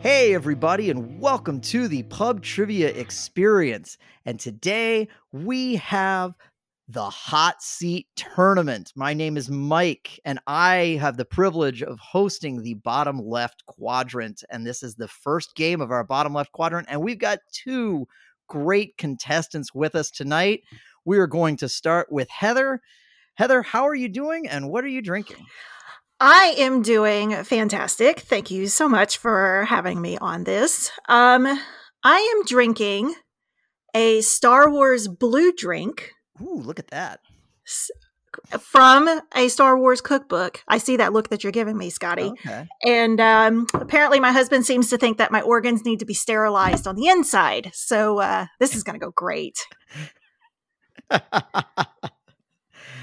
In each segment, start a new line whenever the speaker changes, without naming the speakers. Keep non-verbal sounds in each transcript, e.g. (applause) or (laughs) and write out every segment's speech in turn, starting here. Hey, everybody, and welcome to the Pub Trivia Experience. And today we have the Hot Seat Tournament. My name is Mike, and I have the privilege of hosting the bottom left quadrant. And this is the first game of our bottom left quadrant. And we've got two great contestants with us tonight. We are going to start with Heather. Heather, how are you doing, and what are you drinking?
I am doing fantastic. Thank you so much for having me on this. Um, I am drinking a Star Wars blue drink
Ooh, look at that.
s- from a Star Wars cookbook. I see that look that you're giving me, Scotty.
Okay.
And um, apparently, my husband seems to think that my organs need to be sterilized on the inside. So uh, this is going to go great.
(laughs)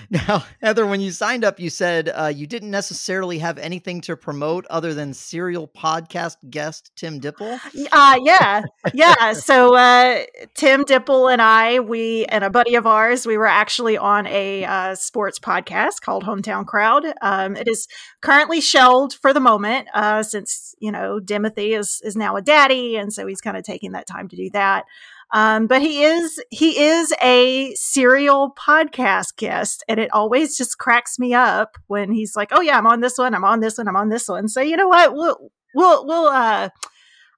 now, Heather, when you signed up, you said uh, you didn't necessarily have anything to promote other than serial podcast guest Tim Dipple.
Y- Uh, yeah, yeah. So uh, Tim Dipple and I, we and a buddy of ours, we were actually on a uh, sports podcast called Hometown Crowd. Um, it is currently shelved for the moment, uh, since you know Timothy is is now a daddy, and so he's kind of taking that time to do that. Um, but he is he is a serial podcast guest, and it always just cracks me up when he's like, "Oh yeah, I'm on this one, I'm on this one, I'm on this one." So you know what? We'll we'll we'll uh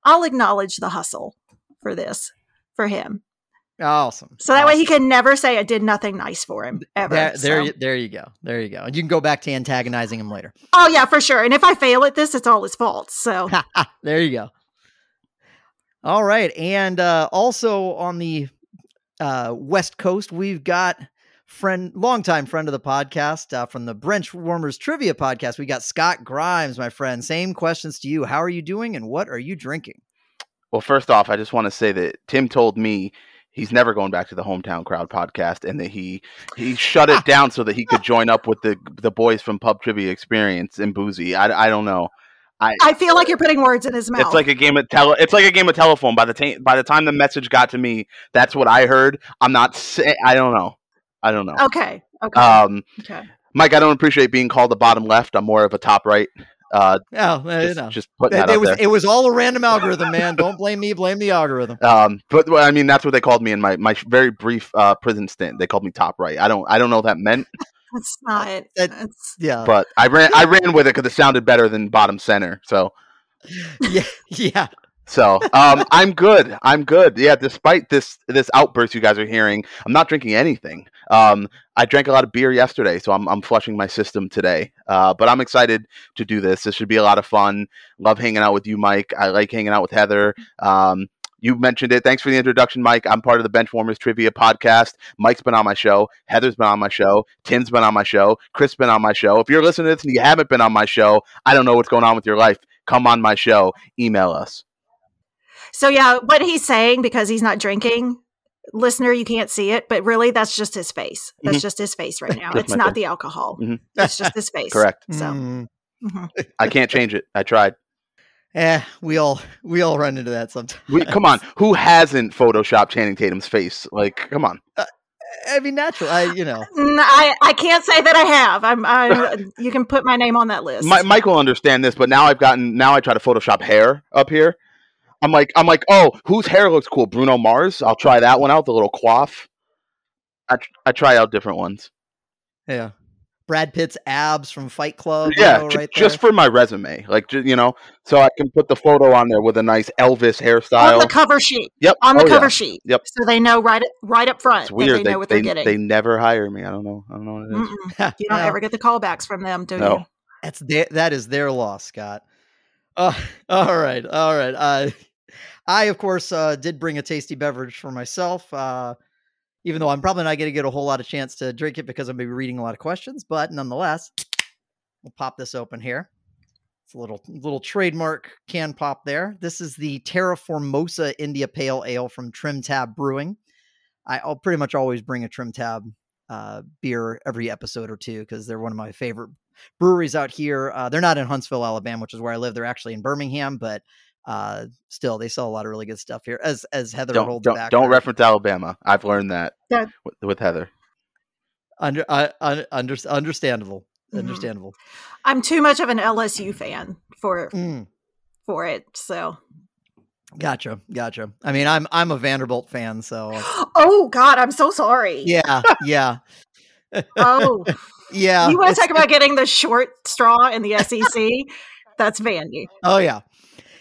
I'll acknowledge the hustle for this for him.
Awesome.
Ah, So that way he
Awesome.
can never say I did nothing nice for him ever.
There, there,
So-
you, there you go. There you go. And you can go back to antagonizing him later.
Oh yeah, for sure. And if I fail at this, it's all his fault. So
(laughs) there you go. All right. And uh, also on the uh, West Coast, we've got friend, longtime friend of the podcast uh, from the Bench Warmers Trivia Podcast. We got Scott Grimes, my friend. Same questions to you. How are you doing and what are you drinking?
Well, first off, I just want to say that Tim told me he's never going back to the hometown crowd podcast, and that he he shut it down so that he could join up with the the boys from Pub Trivia Experience and Boozy. I, I don't know.
I feel like you're putting words in his mouth.
It's like a game of tele. It's like a game of telephone. By the time by the time the message got to me, that's what I heard. I'm not. Say- I don't know. I don't know.
okay. Okay.
Um,
okay.
Mike, I don't appreciate being called the bottom left. I'm more of a top right. Uh,
Oh, uh, you
just,
know.
just putting
It,
that
it
out
was
there.
it was all a random algorithm, man. Don't blame me, blame the algorithm.
(laughs) Um, but well, I mean, that's what they called me in my my very brief uh, prison stint. They called me top right. I don't I don't know what that meant,
It's not.
that-
it's,
Uh, Yeah,
but I ran I ran with it because it sounded better than bottom center. So
yeah, yeah.
so um, I'm good. I'm good. Yeah. Despite this this outburst you guys are hearing, I'm not drinking anything. Um, I drank a lot of beer yesterday, so I'm I'm flushing my system today. Uh, but I'm excited to do this. This should be a lot of fun. Love hanging out with you, Mike. I like hanging out with Heather. Um, you mentioned it. Thanks for the introduction, Mike. I'm part of the Benchwarmers Trivia Podcast. Mike's been on my show. Heather's been on my show. Tim's been on my show. Chris has been on my show. If you're listening to this and you haven't been on my show, I don't know what's going on with your life. Come on my show. Email us.
so yeah, what he's saying because he's not drinking, listener, you can't see it, but really that's just his face. That's just his face
(laughs)
right now.
Mm-hmm. Just
it's
my
not
face.
the alcohol.
Mhm.
It's just
(laughs)
his face.
Correct.
So
Mm.
mhm.
I can't change it. I tried.
Eh, we all we all run into that sometimes.
We, come on, who hasn't photoshopped Channing Tatum's face? Like, come on.
(laughs) I mean, natural. I you know.
Mm, I, I can't say that I have. I'm,
(laughs)
I'm you can put my name on that list.
My, Mike will understand this, but now I've gotten now I try to Photoshop hair up here. I'm like, I'm like, oh, whose hair looks cool? Bruno Mars. I'll try that one out. The little coif. I, tr- I try out different ones.
Yeah. Brad Pitt's abs from Fight Club. you
yeah,
know,
ju-
right there.
just for my resume, like ju- you know, so I can put the photo on there with a nice Elvis hairstyle.
on the cover sheet.
yep,
On the
oh, yeah.
cover sheet.
Yep.
So they know right right up front
It's
that
weird.
they,
They
know what
they,
are getting.
they never hire me. I don't know. I don't know what it is.
Mm-mm.
(laughs)
You don't
Yeah,
ever get the callbacks from them, do
No.
you?
That's their, that is their loss, Scott. Uh, (laughs) all right, all right. Uh, I (laughs) of course uh, did bring a tasty beverage for myself, uh, even though I'm probably not going to get a whole lot of chance to drink it because I'm going to be reading a lot of questions. But nonetheless, we'll pop this open here. It's a little little trademark can pop there. This is the Terra Formosa India Pale Ale from Trim Tab Brewing. I, I'll pretty much always bring a Trim Tab uh, beer every episode or two because they're one of my favorite breweries out here. Uh, they're not in Huntsville, Alabama, which is where I live. They're actually in Birmingham, but uh, still, they sell a lot of really good stuff here. As as Heather
Don't
holds
don't,
back,
don't
her-
reference Alabama. I've learned that
Yeah.
with, with Heather.
under, uh, un, under understandable,
Mhm.
understandable.
I'm too much of an LSU fan for
Mm.
for it. So
Gotcha, gotcha. I mean, I'm I'm a Vanderbilt fan, so
(gasps) oh god, I'm so sorry.
yeah, yeah,
(laughs) Oh,
yeah.
you want
it's-
to talk about getting the short straw (laughs) in the SEC? That's Vandy.
Oh yeah,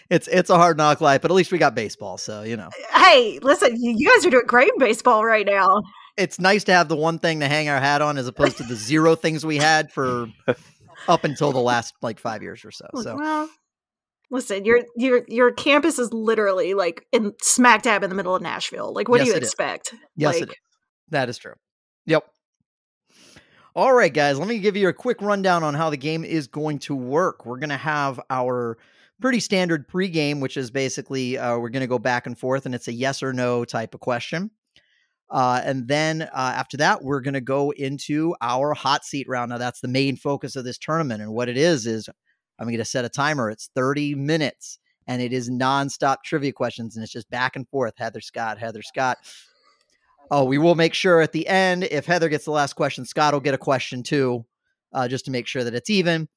it's it's a hard knock life, but at least we got baseball, so you know
Hey, listen, you you guys are doing great in baseball right now.
it's nice to have the one thing to hang our hat on as opposed to the zero things we had for
(laughs)
up until the last like five years or so. So
Well, listen, your your your campus is literally like in smack dab in the middle of Nashville. Like, what
Yes,
do you
it is.
expect?
yes,
like,
it is. That is true. Yep. All right, guys, let me give you a quick rundown on how the game is going to work. We're going to have our pretty standard pregame, which is basically uh, we're going to go back and forth, and it's a yes or no type of question. Uh, and then uh, after that, we're going to go into our hot seat round. Now, that's the main focus of this tournament. And what it is, is I'm going to set a timer. It's 30 minutes, and it is nonstop trivia questions. And it's just back and forth Heather Scott, Heather Scott. Oh, we will make sure at the end, if Heather gets the last question, Scott will get a question too, uh, just to make sure that it's even.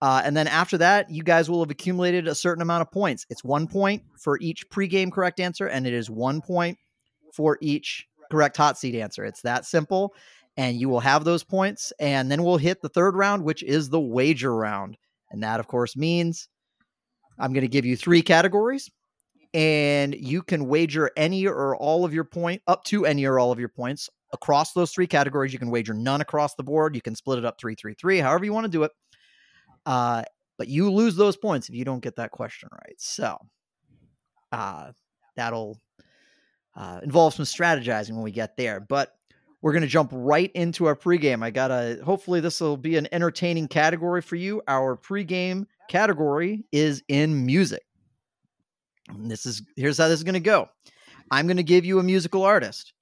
Uh, and then after that, you guys will have accumulated a certain amount of points. It's one point for each pregame correct answer, and it is one point for each correct hot seat answer. It's that simple. And you will have those points. And then we'll hit the third round, which is the wager round. And that, of course, means I'm going to give you three categories, and you can wager any or all of your point up to any or all of your points across those three categories. You can wager none across the board. You can split it up three, three, three, however you want to do it. Uh, but you lose those points if you don't get that question right. So uh, that'll uh, involve some strategizing when we get there. But we're going to jump right into our pregame. I got to, hopefully, this will be an entertaining category for you. Our pregame category is in music. And this is here's how this is going to go. I'm going to give you a musical artist,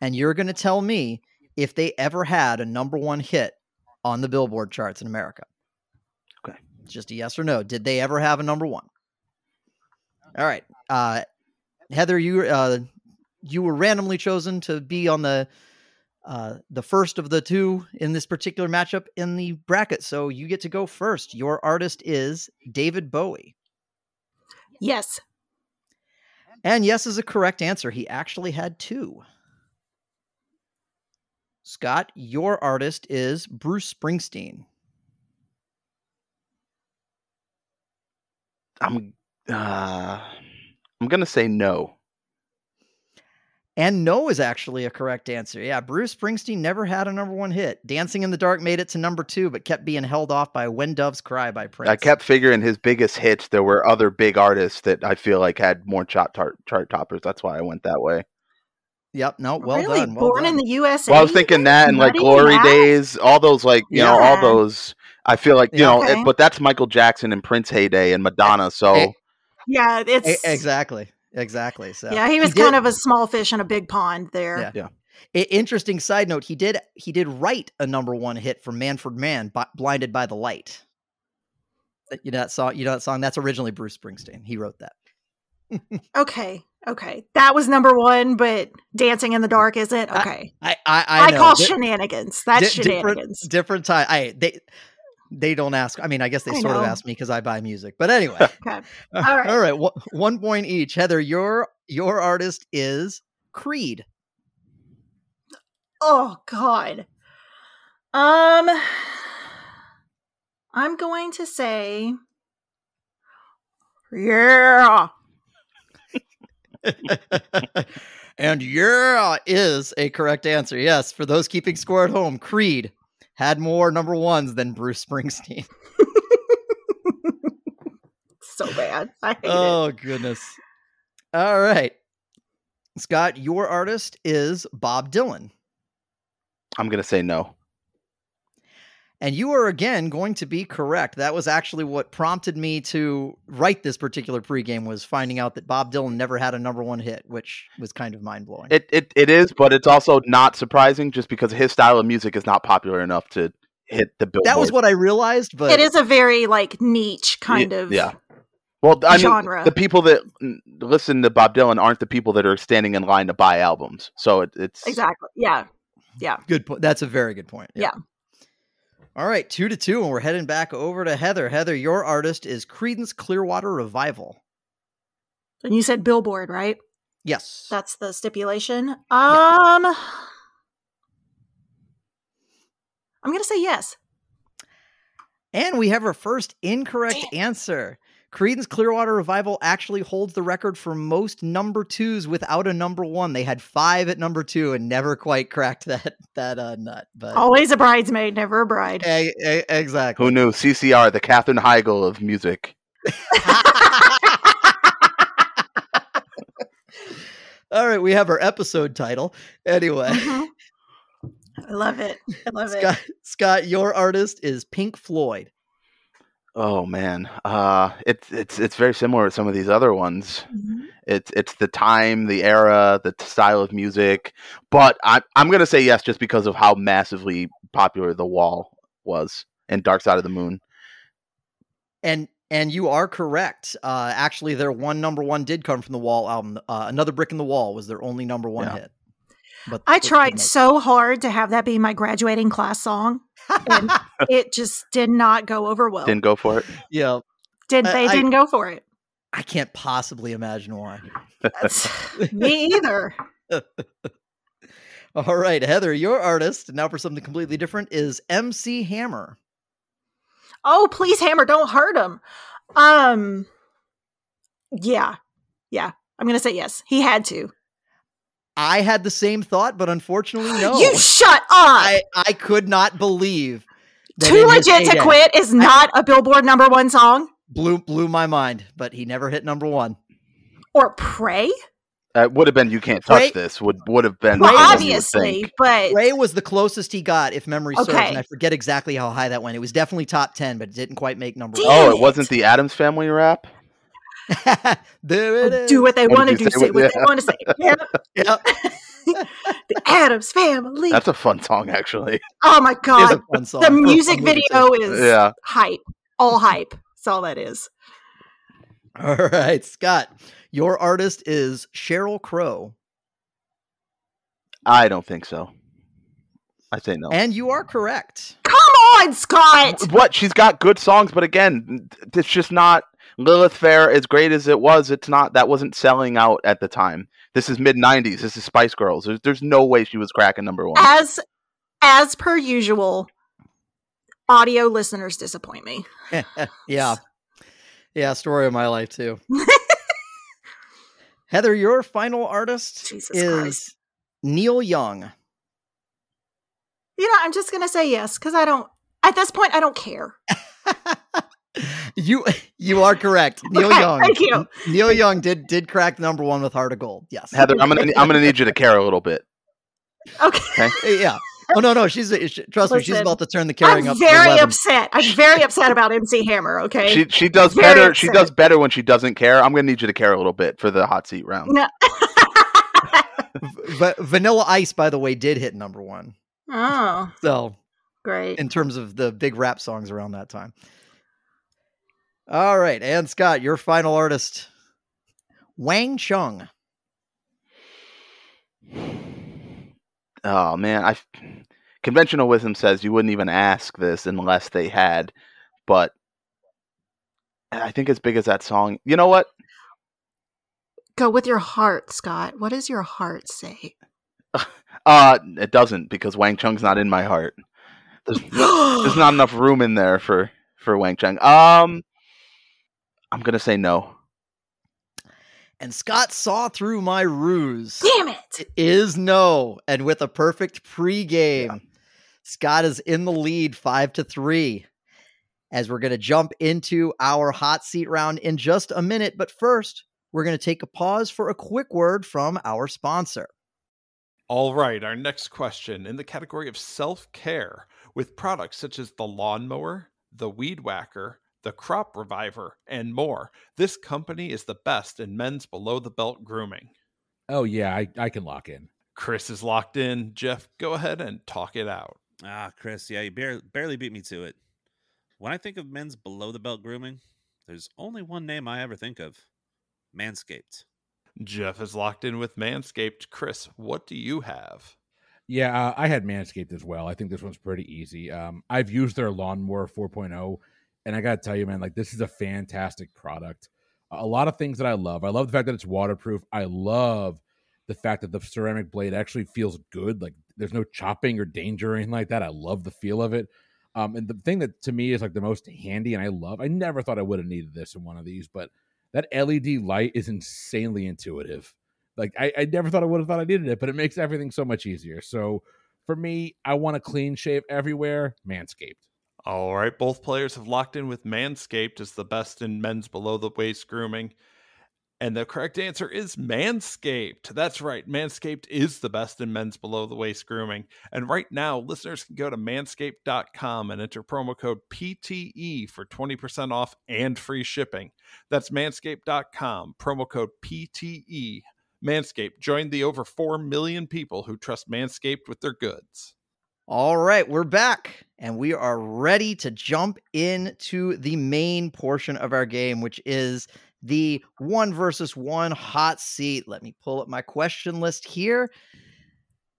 and you're going to tell me if they ever had a number one hit on the Billboard charts in America.
Okay.
It's just a yes or no. Did they ever have a number one? All right, uh, Heather, you uh, you were randomly chosen to be on the uh, the first of the two in this particular matchup in the bracket, so you get to go first. Your artist is David Bowie.
Yes.
And yes is a correct answer. He actually had two. Scott, your artist is Bruce Springsteen.
I'm uh, I'm gonna say no.
And no is actually a correct answer. Yeah, Bruce Springsteen never had a number one hit. Dancing in the Dark made it to number two, but kept being held off by When Doves Cry by Prince.
I kept figuring his biggest hits. There were other big artists that I feel like had more chart tar- chart toppers. That's why I went that way.
Yep, no, well
really?
done. well
Born in
done.
the USA.
Well, I was thinking that and like
Nutty
Glory
Mac?
Days, all those like you know all
Yeah.
those. I feel like you
Yeah.
know, it-
Okay.
but that's Michael Jackson and Prince heyday and Madonna. So
Hey,
Yeah, it's
E- exactly. Exactly. So
Yeah, he was
did-
kind of a small fish in a big pond there.
Yeah. I- interesting side note, he did he did write a number one hit for Manfred Mann, Bi- "Blinded by the Light." That- You know that song. You know that song. That's originally Bruce Springsteen. He wrote that.
Okay. Okay. That was number one, but dancing in the dark isn't.
I-
Okay.
I I,
I,
I, know.
call
Di-
shenanigans. That's
di-
shenanigans.
Different, different time. I they they don't ask. I mean, I guess they
I
sort of
know.
ask me because I buy music. But anyway,
(laughs) Okay.
all
All
right.
right.
(laughs) All right. Wha- one point each. Heather, your your artist is Creed.
Oh God. Um I'm going to say Yeah.
and yeah is a correct answer. Yes, for those keeping score at home, Creed had more number ones than Bruce Springsteen.
So bad. I hate it.
oh goodness. All right. Scott, your artist is Bob Dylan.
I'm gonna say no.
And you are again going to be correct. That was actually what prompted me to write this particular pregame was finding out that Bob Dylan never had a number one hit, which was kind of mind blowing.
It, it it is, but it's also not surprising just because his style of music is not popular enough to hit the billboard.
That was what I realized, but
It is a very like niche kind of
yeah. Well, I mean,
genre.
the people that mm, listen to Bob Dylan aren't the people that are standing in line to buy albums. So it, it's
Exactly. Yeah.
Good point. That's a very good point.
Yeah.
All right, two to two, and we're heading back over to Heather. Heather, your artist is Credence Clearwater Revival.
And you said billboard, right?
Yes.
That's the stipulation. Um I'm gonna say yes.
And we have our first incorrect answer. Creedence Clearwater Revival actually holds the record for most number twos without a number one. They had five at number two and never quite cracked (laughs) that that uh, nut. But
Always a bridesmaid, never a bride.
(laughs) E- e- exactly.
Who knew? CCR, the Katherine Heigl
(laughs)
of music.
All right, we have our episode title.
(laughs)
Anyway,
Mhm. I love it. I love it.
Scott, Scott, your artist is Pink Floyd.
Oh man, uh, it's it's it's very similar to some of these other ones.
Mhm.
It's it's the time, the era, the t- style of music. But I, I'm gonna say yes, just because of how massively popular The Wall was and Dark Side of the Moon.
And and you are correct. Uh, actually, their one number one did come from the Wall album. Uh, Another brick in the wall was their only number one
Yeah.
hit. But
I
but-
tried
but-
so hard to have that be my graduating class song.
(laughs)
And it just did not go over well.
Didn't go for it.
yeah,
Did
I-
they
I-
didn't go for it?
I can't possibly imagine why.
That's (laughs) me either.
All right, Heather, your artist now for something completely different is MC Hammer.
Oh, please, Hammer, don't hurt him. Um, yeah, yeah. I'm gonna say yes. He had to.
I had the same thought, but unfortunately, no.
(gasps) You shut up.
I I could not believe that in
Too
his
legit to
heyday-
quit is not a Billboard number one song
Blew blew my mind, but he never hit number one.
or Pray.
Uh, would have been you can't touch
Right.
this. Would would have been
Well,
the one you would
obviously,
think.
but
Ray was the closest he got, if memory serves,
Okay.
and I forget exactly how high that went. It was definitely top ten, but it didn't quite make number
Damn
Oh,
one.
it wasn't the Adams Family rap.
(laughs) there it is.
do what they
What
want to
did
do,
you say
say
was-
what they want to say. Yeah,
Yep.
(laughs) the Adams Family.
That's a fun song, actually.
oh my
It is a
god,
fun song.
the music
Fun movie too.
video is
(laughs) Yeah.
hype. All hype. That's all that is.
(laughs) All right, Scott, your artist is Cheryl Crow,
I don't think so. I say no.
and you are correct. (laughs)
Come on, Scott.
what she's got good songs, but again, it's just not Lilith Fair as great as it was. It's not that wasn't selling out at the time. This is mid '90s. This is Spice Girls. There's, there's no way she was cracking number one.
as as per usual audio listeners disappoint me
yeah. Yeah, story of my life
(laughs)
too. Heather, your final artist
Jesus
is
Christ.
Neil Young.
you know i'm just gonna say yes because i don't at this point i don't care
you you are
(laughs)
correct. Neil
Okay,
Young.
thank you.
Neil Young did did crack number one with Heart of Gold. Yes.
Heather, I'm gonna I'm gonna need you to care a little bit.
okay
yeah. Oh no no she's she, trust me she's
Listen,
about to turn the carrying
i'm
up. to
very
11.
upset i'm very upset about mc hammer okay
She she does
Very
better. She
upset.
does better when she doesn't care. I'm gonna need you to care a little bit for the hot seat round.
no.
V- Va- Vanilla Ice by the way did hit number one.
oh
So
great
in terms of the big rap songs around that time. All right, and Scott, your final artist, Wang Chung.
Oh man, I conventional wisdom says you wouldn't even ask this unless they had, but I think as big as that song, you know what?
go with your heart scott what does your heart (gasps) say
Uh, it doesn't because Wang Chung's not in my heart. There's, there's not enough room in there for for Wang Chung. Um, I'm gonna say no.
And Scott saw through my ruse.
damn it
It is no. And with a perfect pregame, Scott is in the lead five to three. As we're going to jump into our hot seat round in just a minute. But first, we're going to take a pause for a quick word from our sponsor.
All right, our next question in the category of self care with products such as the lawnmower, the weed whacker, the crop reviver, and more. This company is the best in men's below the belt grooming.
Oh yeah, I, I can lock in.
Chris is locked in. Jeff, go ahead and talk it out.
Ah, Chris, yeah, you barely, barely beat me to it. When I think of men's below the belt grooming, there's only one name I ever think of Manscaped.
Jeff is locked in with Manscaped. Chris, what do you have?
Yeah, uh, I had Manscaped as well. I think this one's pretty easy. Um, I've used their lawnmower 4.0, and I got to tell you, man, like this is a fantastic product. A lot of things that I love. I love the fact that it's waterproof. I love the fact that the ceramic blade actually feels good. Like there's no chopping or danger or anything like that. I love the feel of it. Um, and the thing that to me is like the most handy and I love, I never thought I would have needed this in one of these, but that LED light is insanely intuitive. Like I, I never thought I would have thought I needed it, but it makes everything so much easier. So for me, I want a clean shave everywhere, manscaped.
All right, both players have locked in with Manscaped as the best in men's below the waist grooming. And the correct answer is Manscaped. That's right. Manscaped is the best in men's below the waist grooming. And right now, listeners can go to manscaped.com and enter promo code PTE for 20% off and free shipping. That's manscaped.com, promo code PTE. Manscaped, join the over 4 million people who trust Manscaped with their goods.
All right, we're back and we are ready to jump into the main portion of our game, which is the one versus one hot seat. Let me pull up my question list here.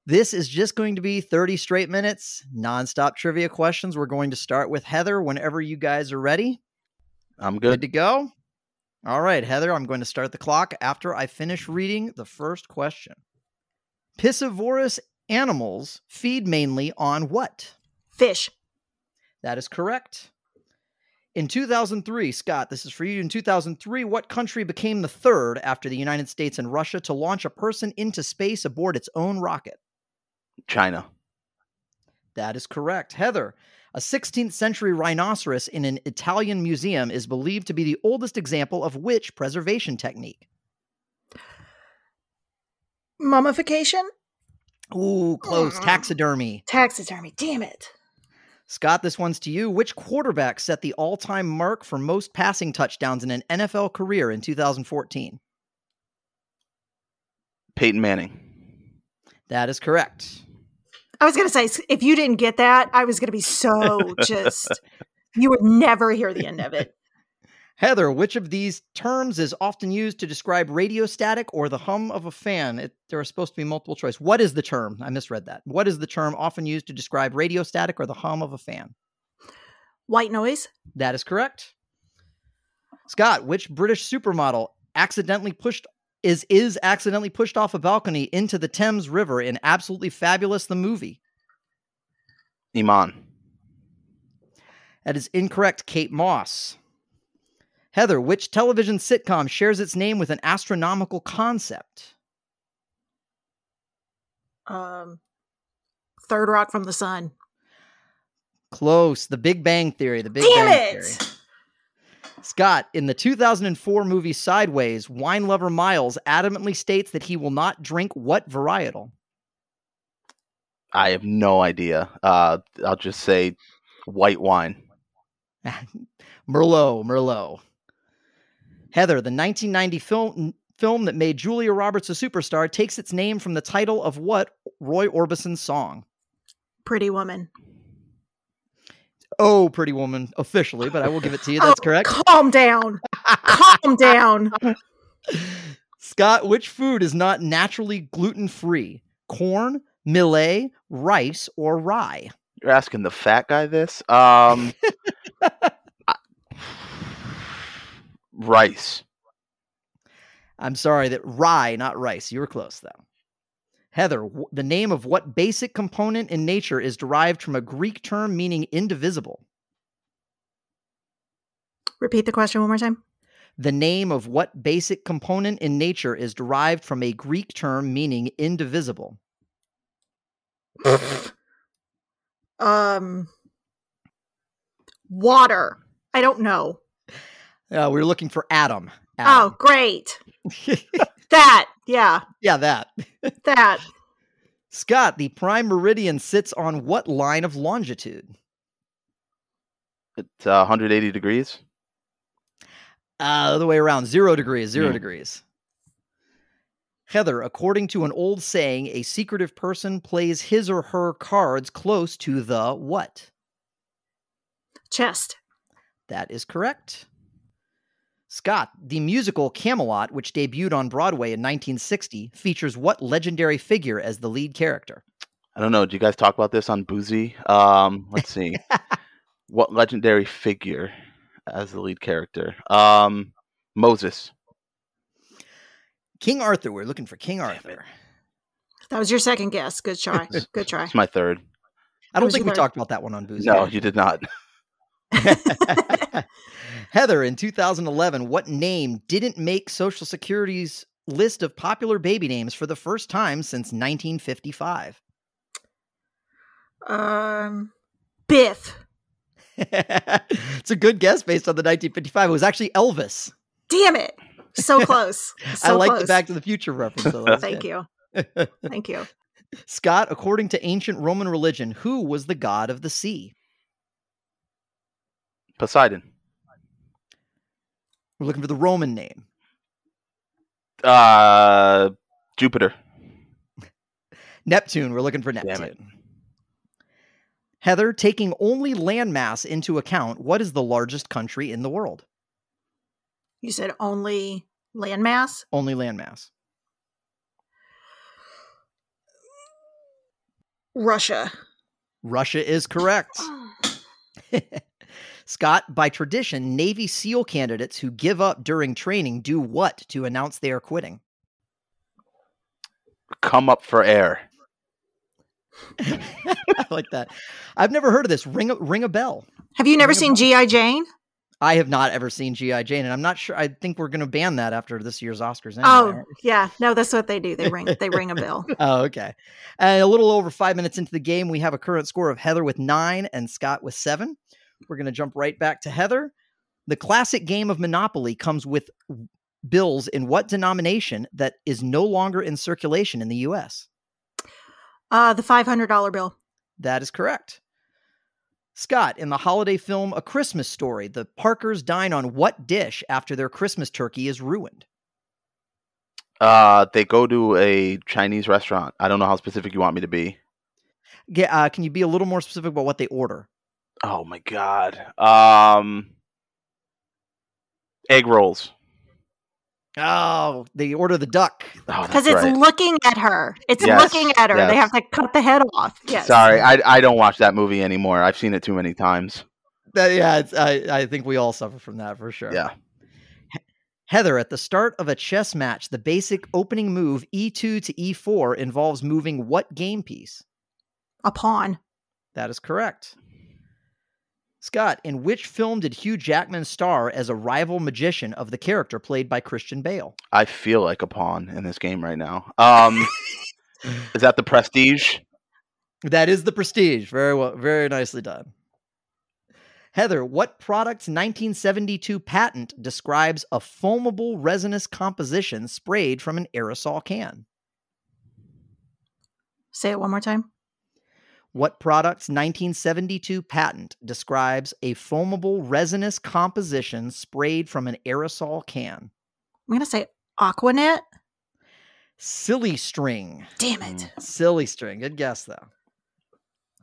This is just going to be 30 straight minutes, nonstop trivia questions. We're going to start with Heather whenever you guys are ready.
I'm
Good
good.
to go. All right, Heather, I'm going to start the clock after I finish reading the first question. Piscivorous animals feed mainly on what?
Fish.
That is correct. In 2003, Scott, this is for you. In 2003, what country became the third after the United States and Russia to launch a person into space aboard its own rocket?
China.
That is correct. Heather, a 16th century rhinoceros in an Italian museum is believed to be the oldest example of which preservation technique?
Mummification.
Ooh, close.
Aw.
Taxidermy.
Taxidermy. Damn it.
Scott, this one's to you. Which quarterback set the all time mark for most passing touchdowns in an NFL career in 2014?
Peyton Manning.
That is correct.
I was going to say, if you didn't get that, I was going to
(laughs)
be so just, you would never hear the end of it.
Heather, which of these terms is often used to describe radio static or the hum of a fan? It, there are supposed to be multiple choice. What is the term? I misread that. What is the term often used to describe radio static or the hum of a fan?
White noise.
That is correct. Scott, which British supermodel accidentally pushed is is accidentally pushed off a balcony into the Thames River in Absolutely Fabulous the movie?
Iman.
That is incorrect. Kate Moss. Heather, which television sitcom shares its name with an astronomical concept?
Um, third rock from the sun.
Close. The Big Bang Theory. The Big
Damn
Bang
it.
Theory. Scott, in the 2004 movie Sideways, wine lover Miles adamantly states that he will not drink what varietal? (laughs)
I have no idea. Uh, I'll just say white wine.
Merlot, Merlot. Heather, the 1990 film film that made Julia Roberts a superstar takes its name from the title of what Roy Orbison song?
Pretty woman.
Oh, Pretty Woman, officially, but (laughs) I will give it to you. That's
Oh,
correct.
Calm down. calm down.
(laughs) Scott, which food is not naturally gluten free? Corn, millet, rice, or rye?
You're asking the fat guy this? Um, I- rice.
I'm sorry, that rye, not rice. You were close though. Heather, wh- the name of what basic component in nature is derived from a Greek term meaning indivisible?
Repeat the question one more time.
The name of what basic component in nature is derived from a Greek term meaning indivisible?
Um, water. I don't know.
Uh, we were looking for atom.
Oh,
atom.
great. That. Yeah.
(laughs) yeah, that.
That.
Scott, the prime meridian sits on what line of longitude?
It's uh, 180 degrees.
Uh, the other way around. Zero degrees, zero
Yeah.
degrees. Heather, according to an old saying, a secretive person plays his or her cards close to the what?
Chest.
That is correct. Scott, the musical Camelot, which debuted on Broadway in 1960, features what legendary figure as the lead character?
I don't know. Did you guys talk about this on Boozy? Um, let's see. what legendary figure as the lead character? Um, Moses.
King Arthur. We're looking for King
Damn it.
Arthur.
That was your second guess. Good try. Good
(laughs)
try.
It's my third.
I don't
was
think
your
we
third.
talked about that one on Boozy.
No, you did not.
(laughs) Heather, in 2011, what name didn't make Social Security's list of popular baby names for the first time since 1955?
Um, Biff.
(laughs) it's a good guess based on the 1955. It was actually Elvis.
Damn it.
(laughs)
So close. So
I like
close.
the Back to the Future reference. though. That was
(laughs) Thank you.
good.
Thank you.
(laughs) Scott, according to ancient Roman religion, who was the god of the sea?
Poseidon.
We're looking for the Roman name.
Uh, Jupiter.
Neptune. We're looking for
Damn it.
Neptune. Heather, taking only landmass into account, what is the largest country in the world?
You said only landmass.
Only landmass.
Russia.
Russia is correct. (laughs) Scott, by tradition, Navy SEAL candidates who give up during training do what to announce they are quitting? (laughs)
Come up for air.
I like that. I've never heard of this. Ring a, ring a bell.
Have you never
Ring a
seen
bell.
G.I. Jane?
I have not ever seen G.I. Jane, and I'm not sure. I think we're going to ban that after this year's Oscars. anyway,
Oh,
aren't we?
yeah. No, that's what they do. They ring they
(laughs)
ring a bell.
Oh, okay. And a little over five minutes into the game, we have a current score of Heather with nine and Scott with seven. We're going to jump right back to Heather. The classic game of Monopoly comes with w- bills in what denomination that is no longer in circulation in the U.S.?
Uh, the five hundred dollar bill.
That is correct. Scott, in the holiday film A Christmas Story, the Parkers dine on what dish after their Christmas turkey is ruined?
Uh, they go to a Chinese restaurant. I don't know how specific you want me to be.
Ge- uh, can you be a little more specific about what they order?
Oh my god. Um, egg rolls.
Oh, they order the duck.
Oh,
Because
that's
it's
right.
looking at her. It's
Yes,
looking at her. They
yes.
have to cut the head off. Yes.
Sorry, I I don't watch that movie anymore. I've seen it too many times.
That- yeah, it's, I, I think we all suffer from that for sure.
Yeah.
Heather, at the start of a chess match, the basic opening move e2 to e4 involves moving what game piece?
A pawn.
That is correct. Scott, in which film did Hugh Jackman star as a rival magician of the character played by Christian Bale?
I feel like a pawn in this game right now. Um, is that the prestige?
That is the prestige. Very well, very nicely done. Heather, what product's 1972 patent describes a foamable resinous composition sprayed from an aerosol can?
Say it one more time.
What product's 1972 patent describes a foamable resinous composition sprayed from an aerosol can?
I'm gonna say Aquanet.
Silly string.
Damn
Mm.
it.
Silly string. Good guess, though.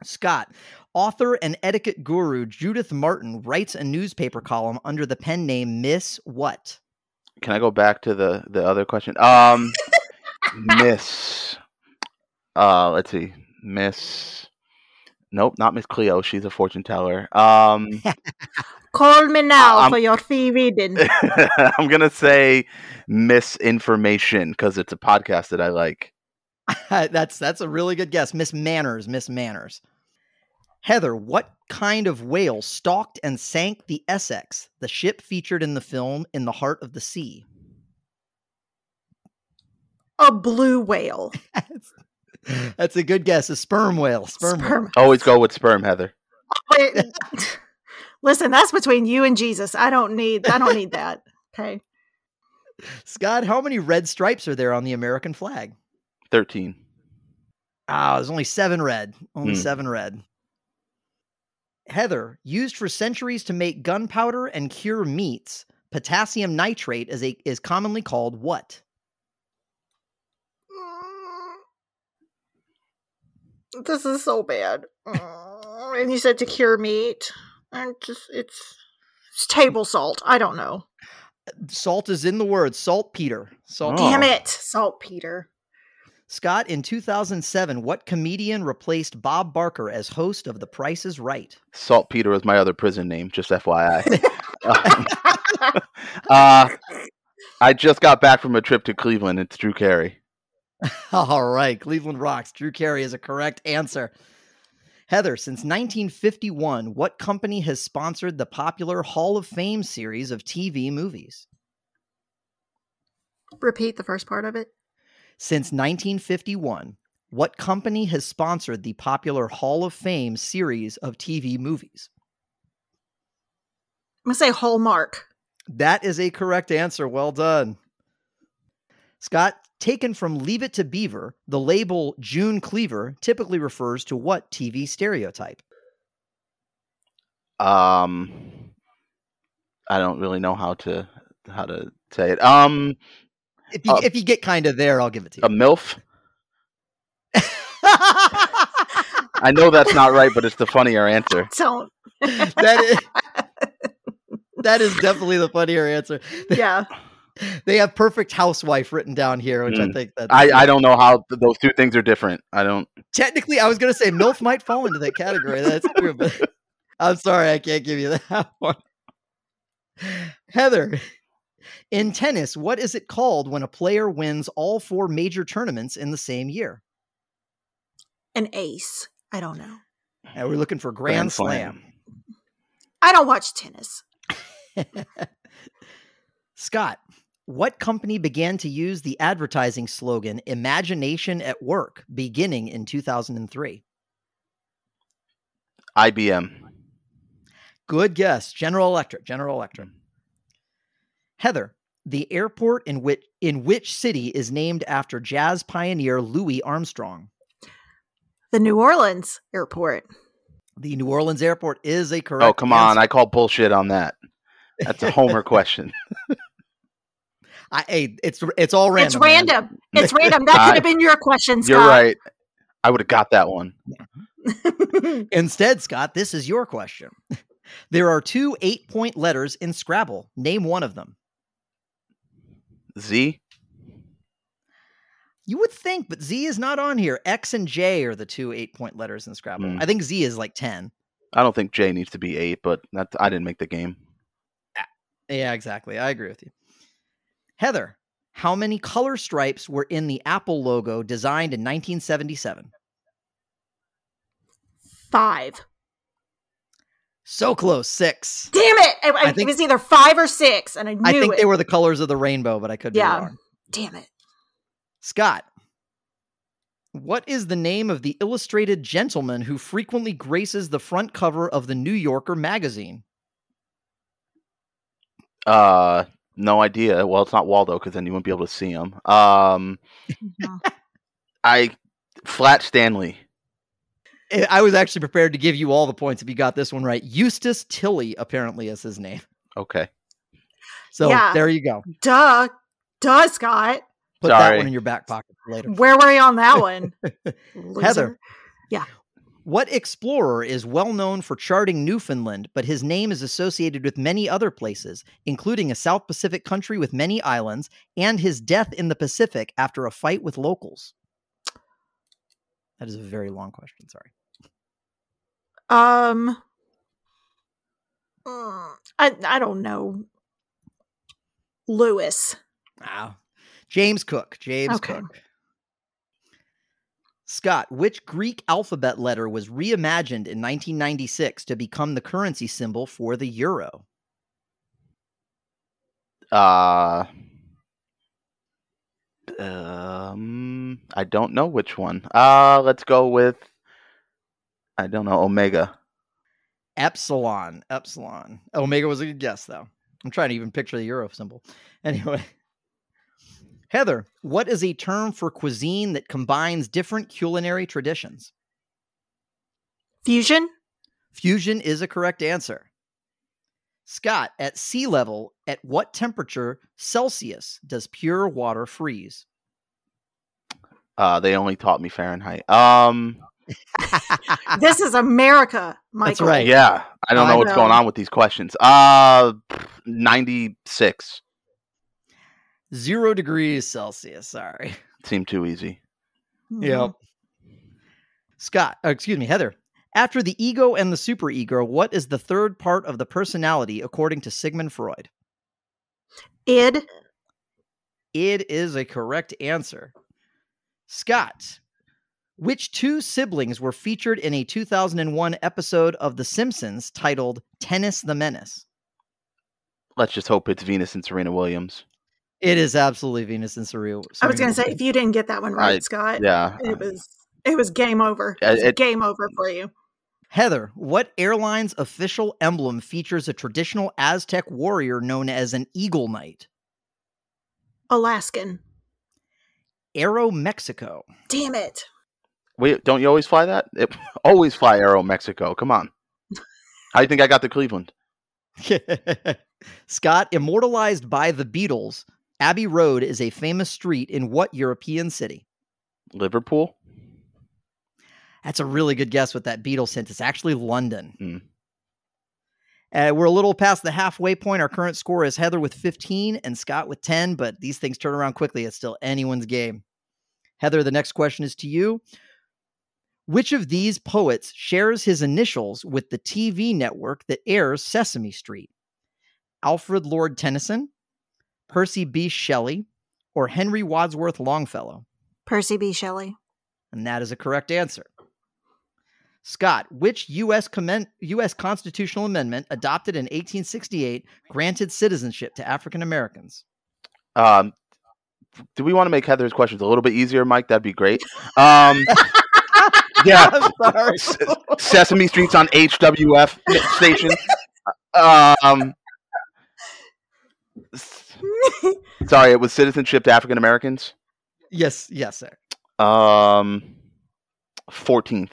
Scott, author and etiquette guru Judith Martin writes a newspaper column under the pen name Miss What? (laughs)
Can I go back to the the other question? Um, Miss. Uh, let's see, Miss. Nope, not Miss Cleo. She's a fortune teller. Um,
Call me now
Um,
for your fee reading.
(laughs) I'm gonna say misinformation because it's a podcast that I like.
that's that's a really good guess. Miss Manners, Miss Manners. Heather, what kind of whale stalked and sank the Essex, the ship featured in the film In the Heart of the Sea?
A blue whale.
(laughs) that's a good guess. A sperm whale. Sperm, whale.
Sperm.
Always go with sperm, Heather.
Wait. (laughs) Listen, that's between you and Jesus. I don't need I don't need
(laughs)
that. Okay.
Scott, how many red stripes are there on the American flag?
Thirteen.
Ah, there's only seven red. Only
Hmm.
seven red. Heather, used for centuries to make gunpowder and cure meats, potassium nitrate is a is commonly called what?
Mm. This is so bad. Mm. and you said to cure meat. And just it's it's table salt. I don't know.
Salt is in the word. Saltpeter. Salt.
Oh.
Damn it, saltpeter.
Scott, in 2007, what comedian replaced Bob Barker as host of The Price is Right?
Saltpeter is my other prison name, just FYI. Um, (laughs) uh, I just got back from a trip to Cleveland. It's Drew Carey.
All right, Cleveland rocks. Drew Carey is a correct answer. Heather, since 1951, what company has sponsored the popular Hall of Fame series of TV movies?
Repeat the first part of it.
Since 1951, what company has sponsored the popular Hall of Fame series of TV movies?
I'm gonna say Hallmark.
That is a correct answer. Well done. Scott, taken from Leave It to Beaver, the label June Cleaver typically refers to what TV stereotype?
Um, I don't really know how to how to say it. Um,
If you,
Uh,
if you get kind of there, I'll give it to
a
you.
milf. I know that's not right, but it's the funnier answer.
(laughs)
Don't.
that is that is definitely the funnier answer.
Yeah.
They have perfect housewife written down here, which Hmm. I
Mm.
think that
I, I don't know how th- those two things are different. I don't.
technically I was gonna say MILF might fall into that category. That's true, but I'm sorry I can't give you that (laughs) one. Heather, in tennis, what is it called when a player wins all four major tournaments in the same year?
An ace. I don't know.
And we're looking for Grand,
Grand
Slam.
Slam.
I don't watch tennis.
Scott, what company began to use the advertising slogan imagination at work beginning in 2003?
IBM.
Good guess. General Electric. General Electric.
Hmm.
Heather, the airport in which in which city is named after jazz pioneer Louis Armstrong?
The New Orleans airport.
The New Orleans airport is a correct.
Oh come on! I call bullshit on that. That's a Homer question.
I, hey, it's it's all random.
It's
man.
random.
(laughs)
It's random. That could
I-
have been your question, Scott.
You're right. I would have got that one.
Instead, Scott, this is your question. (laughs) There are two eight-point letters in Scrabble. Name one of them.
Z.
You would think, but Z is not on here. X and J are the two eight-point letters in Scrabble.
Hmm.
I think Z is like ten.
I don't think J needs to be eight, but that, I didn't make the game.
Yeah, exactly. I agree with you. Heather, how many color stripes were in the Apple logo designed in 1977?
(laughs) Five.
So close, six.
Damn it! I,
I
I-
think-
it was either five or six, and I knew
I think
it.
they were the colors of the rainbow, but I could
Yeah.
be wrong.
Damn it!
Scott, what is the name of the illustrated gentleman who frequently graces the front cover of the New Yorker magazine?
Uh, no idea. Well, it's not Waldo because then you wouldn't be able to see him. Um,
(laughs)
Mhm.
I flat Stanley.
I- Eh, I was actually prepared to give you all the points if you got this one right. Eustace Tilley apparently is his name.
Okay.
So
Yeah.
there you go.
Duh, duh, Scott.
Put that
Sorry.
one in your back pocket for later.
Where were you
(laughs)
on that one, Loser.
Heather. What explorer is well known for charting Newfoundland, but his name is associated with many other places, including a South Pacific country with many islands, and his death in the Pacific after a fight with locals? That is a very long question. Sorry.
Um, mm, I I don't know. Lewis.
Wow. James Cook. James
Okay.
Cook. Scott, which Greek alphabet letter was reimagined in 1996 to become the currency symbol for the euro?
Uh, um, I don't know which one. Uh, let's go with. I don't know Omega.
Epsilon. Epsilon. Omega was a good guess, though. I'm trying to even picture the euro symbol. (laughs) Anyway, Heather, what is a term for cuisine that combines different culinary traditions?
Fusion.
Fusion is a correct answer. Scott, at sea level, at what temperature Celsius does pure water freeze?
Uh, they only taught me Fahrenheit. Um,
This is America, Michael.
That's right.
yeah, I don't
I
know what's going
know.
on with these questions. Uh, ninety six
Zero degrees Celsius. Sorry.
seemed too easy.
Mm-hmm.
Yep. (laughs) Scott, uh, excuse me, Heather. After the ego and the superego, what is the third part of the personality according to Sigmund Freud?
Id.
It is a correct answer. Scott, which two siblings were featured in a 2001 episode of The Simpsons titled Tennis the Menace?
Let's just hope it's Venus and Serena Williams.
It is absolutely Venus and Surreal.
I was
Mm-hmm.
going to say if you didn't get that one right,
I-
Scott,
Yeah.
it was it was game over.
Uh,
It's
it-
game over for you.
Heather, what airline's official emblem features a traditional Aztec warrior known as an Eagle Knight?
Alaskan.
Aero Mexico. (laughs)
Damn it.
Wait, don't you always fly that? It, (laughs) always fly Aero Mexico.
(laughs)
Come on. How do you think I got to Cleveland?
Scott, immortalized by the Beatles, Abbey Road is a famous street in what European city?
Liverpool?
That's a really good guess with that Beatles hint. It's actually London.
Hmm.
Uh, we're a little past the halfway point. Our current score is Heather with 15 and Scott with 10, but these things turn around quickly. It's still anyone's game. Heather, the next question is to you. Which of these poets shares his initials with the TV network that airs Sesame Street? Alfred Lord Tennyson, Percy B. Shelley, or Henry Wadsworth Longfellow?
Percy B. Shelley. (laughs)
And that is a correct answer. Scott, which U.S. Commen- U.S. constitutional amendment adopted in 1868 granted citizenship to African Americans?
Um, do we want to make Heather's questions a little bit easier, Mike? That'd be great.
(laughs)
Um, yeah.
I'm sorry.
S- Sesame Street's on HWF station. Um, s- sorry, it was citizenship to African Americans.
yes, yes, sir.
Um, 14th.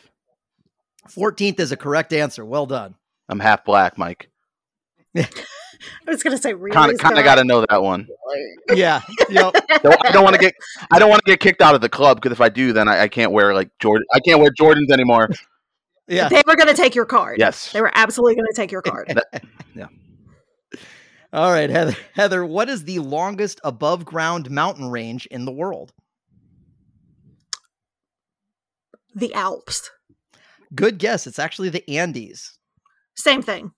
14th is a correct answer. Well done.
I'm half black, Mike.
I was going to say really.
Kind of,
is
kind
that
of got to know that one.
Yeah. yep.
So I don't want to get, I don't want to get kicked out of the club because if I do, then I, I can't wear like Jordan. I can't wear Jordans anymore.
Yeah.
They were going to take your card.
Yes.
They were absolutely going to take your card.
(laughs) All right, Heather. Heather, what is the longest above ground mountain range in the world?
the Alps.
Good guess. It's actually the Andes.
Same thing.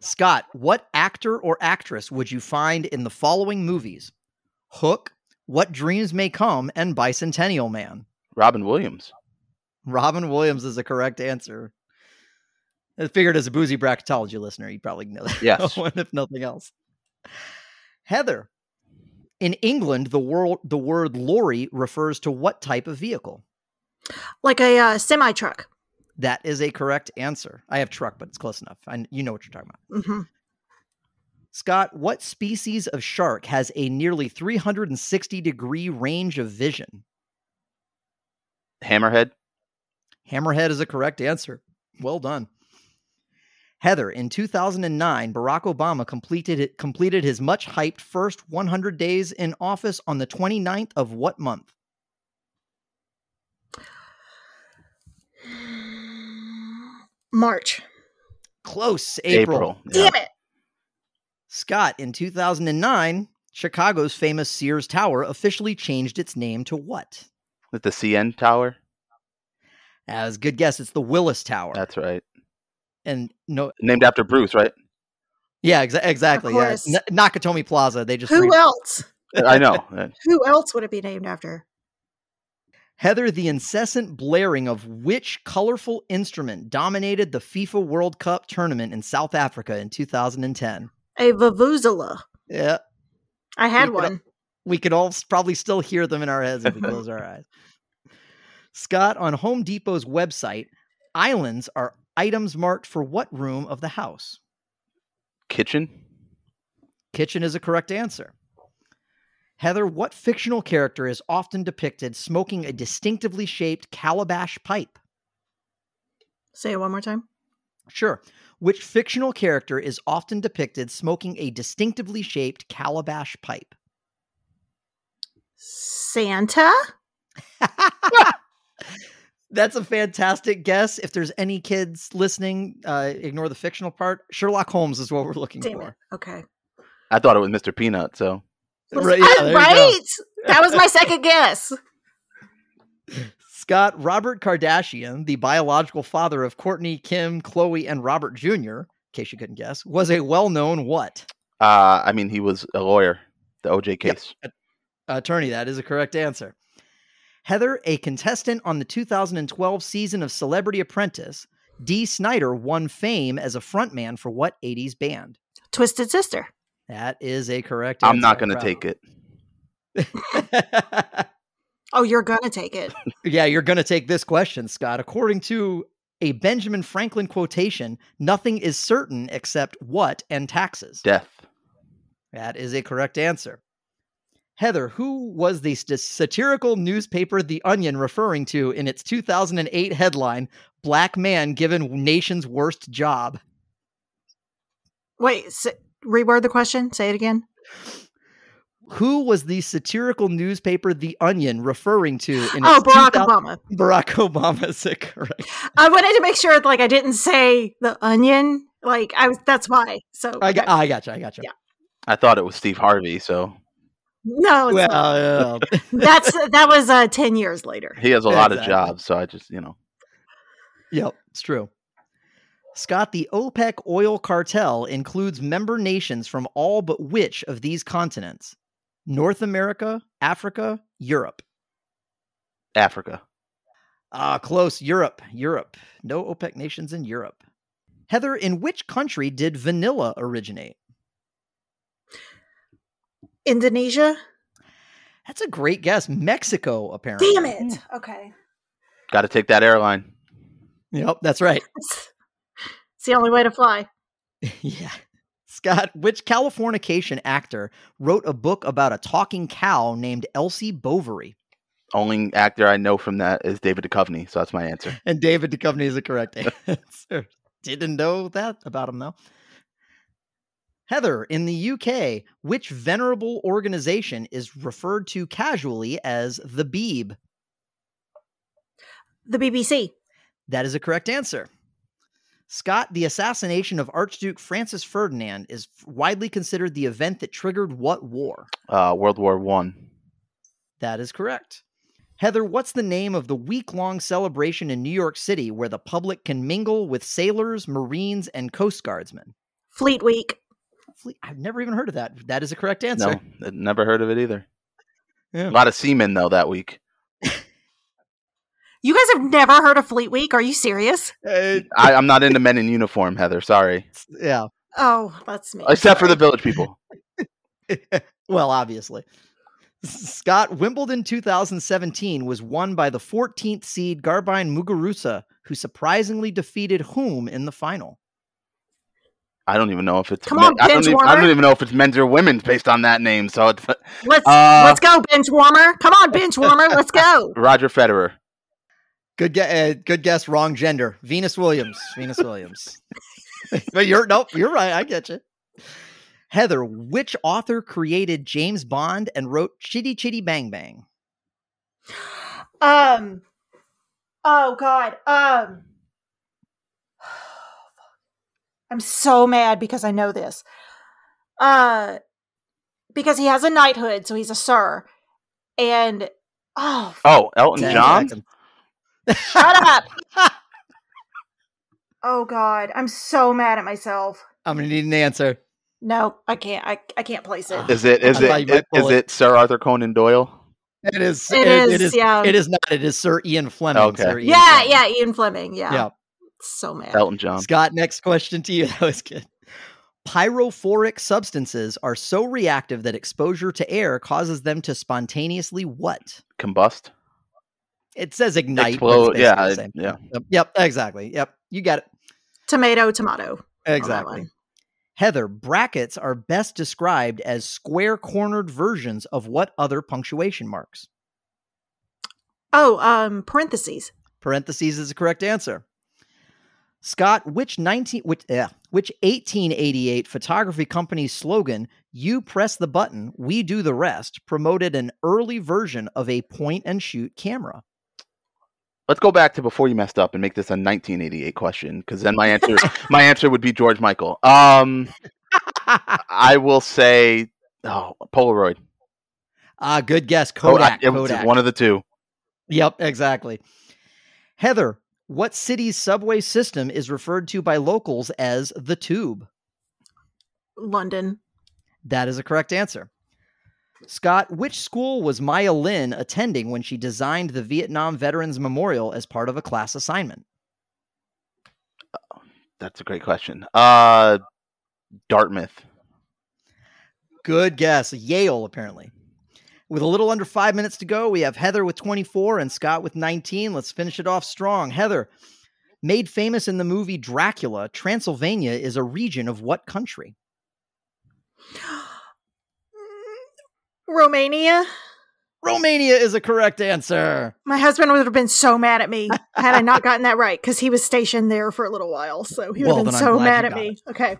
Scott, what actor or actress would you find in the following movies? Hook, What Dreams May Come, and Bicentennial Man.
Robin Williams.
Robin Williams is the correct answer. I figured as a boozy bracketology listener, you probably know that
(laughs) Yes.
one if nothing else. Heather, in England, the world the word lorry refers to what type of vehicle?
Like a uh, semi truck.
That is a correct answer. I have truck, but it's close enough. I, you know what you're talking about.
hmm
Scott, what species of shark has a nearly 360 degree range of vision?
Hammerhead.
Hammerhead is a correct answer. Well done. Heather, in 2009, Barack Obama completed it, completed his much hyped first 100 days in office on the 29th of what month?
March.
Close, April.
Yeah.
Damn it.
Scott, in 2009, Chicago's famous Sears Tower officially changed its name to what?
With the CN Tower.
As good guess, it's the Willis Tower.
That's right.
and no,
Named after
(laughs)
Bruce, right?
Yeah, exa- exactly. Yeah.
course.
N- Nakatomi Plaza. They just
Who
read-
else?
I know. Uh,
Who else would it be named after?
Heather, the incessant blaring of which colorful instrument dominated the FIFA World Cup tournament in South Africa in 2010?
A vuvuzela.
Yeah,
I had
You could-
one.
we could all s- probably still hear them in our heads if we close our eyes. Scott, on Home Depot's website, islands are items marked for what room of the house?
kitchen.
Kitchen is a correct answer. Heather, what fictional character is often depicted smoking a distinctively shaped calabash pipe?
Say it one more time.
Sure. Which fictional character is often depicted smoking a distinctively shaped calabash pipe?
(laughs) Santa?
That's a fantastic guess. If there's any kids listening, uh, ignore the fictional part. Sherlock Holmes is what we're looking
Damn it.
for.
Okay.
I thought it was Mr. Peanut. So
Was-
Right, yeah,
I-
there you go. (laughs)
right? that was my second guess.
Scott Robert Kardashian, the biological father of Courtney, Kim, Chloe, and Robert Jr., in case you couldn't guess, was a well known what?
Uh, I mean, he was a lawyer, the OJ
Yep.
case.
Attorney, that is a correct answer. Heather, a contestant on the 2012 season of Celebrity Apprentice, Dee Snyder won fame as a frontman for what 80s band?
Twisted Sister.
That is a correct
I'm not going to take it.
it.
Oh, you're gonna take it.
(laughs) Yeah, you're going to take this question, Scott. According to a Benjamin Franklin quotation, nothing is certain except what and taxes.
Death.
That is a correct answer. Heather, who was the st- satirical newspaper The Onion referring to in its 2008 headline, Black Man Given Nation's Worst Job?
Wait, s reword the question. Say it again.
Who was the satirical newspaper The Onion referring
(gasps)
to in
oh,
its
Barack
2000
Obama.
(laughs) Barack Obama (laughs) is it correct?
I wanted to make sure, like, I didn't say the onion. Like, I was. That's why. So
I, got,
okay.
I gotcha. I gotcha.
Yeah.
I thought it was Steve Harvey, so
no, it's-
Well, yeah.
(laughs) that's that was uh, ten years later.
he has a lot
Exactly.
of jobs. So I just, you know,
Yep, it's true. Scott, the OPEC oil cartel includes member nations from all but which of these continents? North America, Africa, Europe.
Africa.
Ah, close. Europe, Europe. No OPEC nations in Europe. Heather, in which country did vanilla originate?
Indonesia.
That's a great guess. Mexico,
Oh,
apparently.
Damn it. Okay.
Got to take that airline.
Yep, that's right. (laughs)
It's the only way to fly.
yeah. Scott, which Californication actor wrote a book about a talking cow named Elsie Bovary?
Only actor I know from that is David Duchovny, so that's my answer.
And David Duchovny is the correct answer. (laughs) Didn't know that about him though. Heather, in the UK, which venerable organization is referred to casually as the Beeb?
The BBC.
That is a correct answer. Scott, the assassination of Archduke Francis Ferdinand is widely considered the event that triggered what war?
Uh, World War One.
That is correct. Heather, what's the name of the week long celebration in New York City where the public can mingle with sailors, Marines, and Coast Guardsmen?
Fleet Week.
Fleet. I've never even heard of that. That is a correct answer. (laughs)
No, I'd never heard of it either.
Yeah.
A lot of seamen though that week.
You guys have never heard of Fleet Week? Are you serious?
I, I'm not into men in uniform, Heather. Sorry,
yeah.
Oh, that's me.
except for the
Sorry.
village people.
well, obviously. Scott Wimbledon 2017 was won by the 14th seed Garbine Muguruza, who surprisingly defeated whom in the final?
I don't even know if it's
Come on,
I, don't
Bench
even, I
Warmer.
don't even know if it's men's or women's based on that name. So it's
Let's
Uh,
let's go, bench warmer. Come on, bench
(laughs)
warmer. Let's go.
Roger Federer.
Good guess. Uh, good guess. Wrong gender. Venus Williams. Venus (laughs) Williams. but you're nope. You're right. I get you. Heather, which author created James Bond and wrote Chitty Chitty Bang Bang?
Um. Oh God. Um. (sighs) I'm so mad because I know this. Uh, because he has a knighthood, so he's a sir, and oh, f-
Oh, Elton
Ten
John.
seconds.
shut up.
(laughs)
oh God, I'm so mad at myself.
I'm gonna need an answer.
No, I can't. I I can't place it.
Is it? Is
I thought you
it?
might
Is,
pull
is
it.
it Sir Arthur Conan Doyle?
It is.
It
it- it
is,
is.
yeah.
It is not. It is Sir Ian Fleming.
Okay.
Sir Ian
Um, yeah,
Fleming.
yeah, Ian Fleming. Yeah,
Yeah.
so mad.
Elton John.
Scott, next question to you. (laughs) That was good. Pyrophoric substances are so reactive that exposure to air causes them to spontaneously what?
Combust.
It says ignite. but it's
Explode.
basically
Yeah.
the
I-
same.
Yeah.
Yep, yep, exactly. Yep, you got it.
Tomato, tomato.
Exactly.
one.
Heather, brackets are best described as square cornered versions of what other punctuation marks?
Oh, um, parentheses.
Parentheses is the correct answer. Scott, which 19 which yeah, which 1888 photography company's slogan "You press the button, we do the rest" promoted an early version of a point and shoot camera? (laughs)
Let's go back to before you messed up and make this a 1988 question, because then my answer, my answer would be George Michael. Um, I will say, oh, Polaroid.
Ah, good guess,
Oh, I-
Kodak.
it was
Kodak.
one of the two.
Yep, exactly. Heather, what city's subway system is referred to by locals as the tube?
London.
That is a correct answer. Scott, which school was Maya Lin attending when she designed the Vietnam Veterans Memorial as part of a class assignment?
That's a great question. Uh, Dartmouth.
Good guess. Yale, apparently. With a little under five minutes to go, we have Heather with 24 and Scott with 19. Let's finish it off strong. Heather, made famous in the movie Dracula, Transylvania is a region of what country?
Mm, Romania.
Romania is a correct answer.
My husband would have been so mad
(laughs)
at me had I not gotten that right because he was stationed there for a little while. So he would
Well,
have been
then I'm
so
glad
mad
you
at
got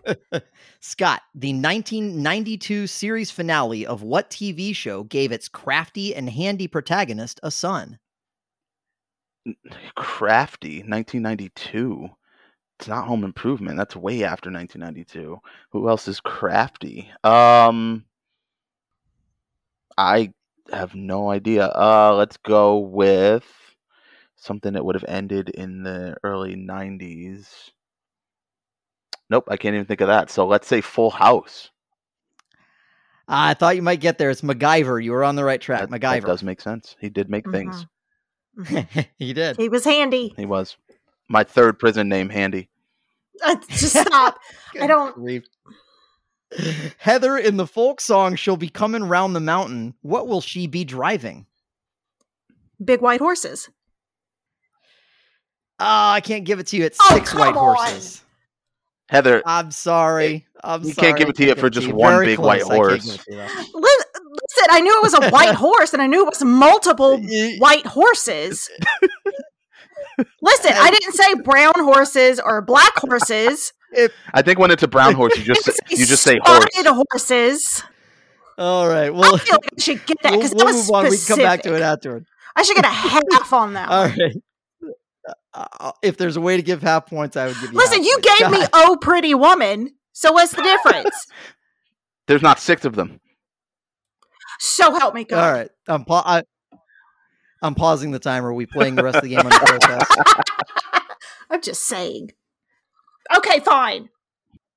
me. Okay.
Scott, the 1992 series finale of what TV show gave its crafty and handy protagonist a son?
Crafty, 1992. It's not Home Improvement. That's way after 1992. Who else is crafty? Um, I have no idea. Uh, let's go with something that would have ended in the early 90s. Nope, I can't even think of that. So let's say Full House.
Ah, I thought you might get there. It's MacGyver. You were on the right track.
That, that
MacGyver.
does make sense. He did make things.
(laughs) he did.
He was
(laughs)
handy.
He was my third prison name, Handy.
Uh, just stop. (laughs) I
Good
don't-
grief. Heather in the folk song, she'll be coming round the mountain. What will she be driving?
Big white horses.
Ah, I can't give it to you. It's
Oh,
six
come
white
on.
horses.
Heather,
I'm sorry. I'm
You
sorry.
can't give it to
I
you
can't
for
give it
just
to you.
one
Very
big
close.
white
I can't give
horse.
it to you, though.
Li- Listen, I knew it was
(laughs)
a white horse and I knew it was multiple
Y-
white horses. Listen, I didn't say brown horses or black horses.
I think when it's a brown horse, you
I
(laughs)
just say-
didn't
you just say horse.
spotted horses.
All right.
I
Well,
feel like I should get that
we'll,
because
we'll
that was
move on. We can
specific.
come back to it afterward.
I should get a half
(laughs)
on that.
All
one.
right. Uh, if there's a way to give half points, I would give you.
Listen,
half
you
points. (laughs)
gave me
God.
"Oh, pretty woman," so what's the difference?
There's not six of them.
so help me God.
All right. I'm pa- I, I'm pausing the timer. Are we playing the rest of the game under protest?
I'm just saying. Okay, fine,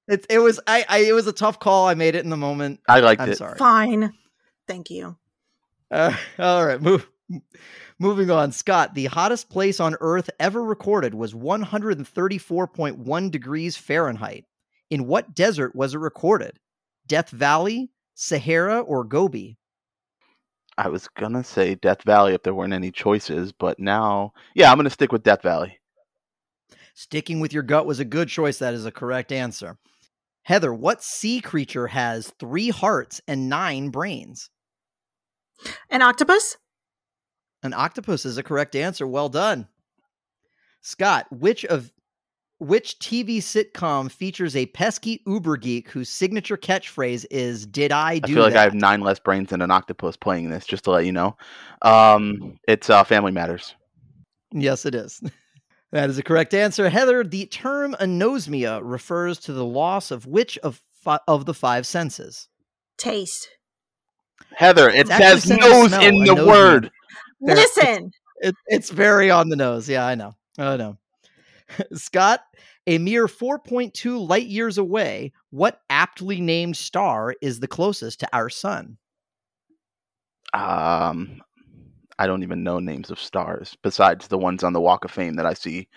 It, it was I, I it was a tough call. I made it in the moment.
I liked
I'm
it.
sorry.
fine. Thank you.
Uh, all right, move, moving on. Scott, the hottest place on Earth ever recorded was 134.1 degrees Fahrenheit. In what desert was it recorded? Death Valley, Sahara, or Gobi?
I was gonna say Death Valley if there weren't any choices, but now, yeah, I'm gonna stick with Death Valley.
Sticking with your gut was a good choice. That is a correct answer. Heather, what sea creature has three hearts and nine brains?
An octopus?
An octopus is a correct answer. Well done. Scott, which of which TV sitcom features a pesky Uber geek whose signature catchphrase is "Did I
I
do
feel like I
that?"
have nine less brains than an octopus playing this, just to let you know. Um, it's uh, Family Matters.
Yes, it is. (laughs) that is a correct answer. Heather, the term anosmia refers to the loss of which of fi- of the five senses?
Taste.
Heather, it
It's actually
says
saying
nose
smell,
in
a
the
nose
word.
Fair. (laughs)
Listen,
It, it's very on the nose. Yeah, I know. I know. (laughs) Scott, a mere 4.2 light years away, what aptly named star is the closest to our sun? (laughs)
Um, I don't even know names of stars besides the ones on the Walk of Fame that I see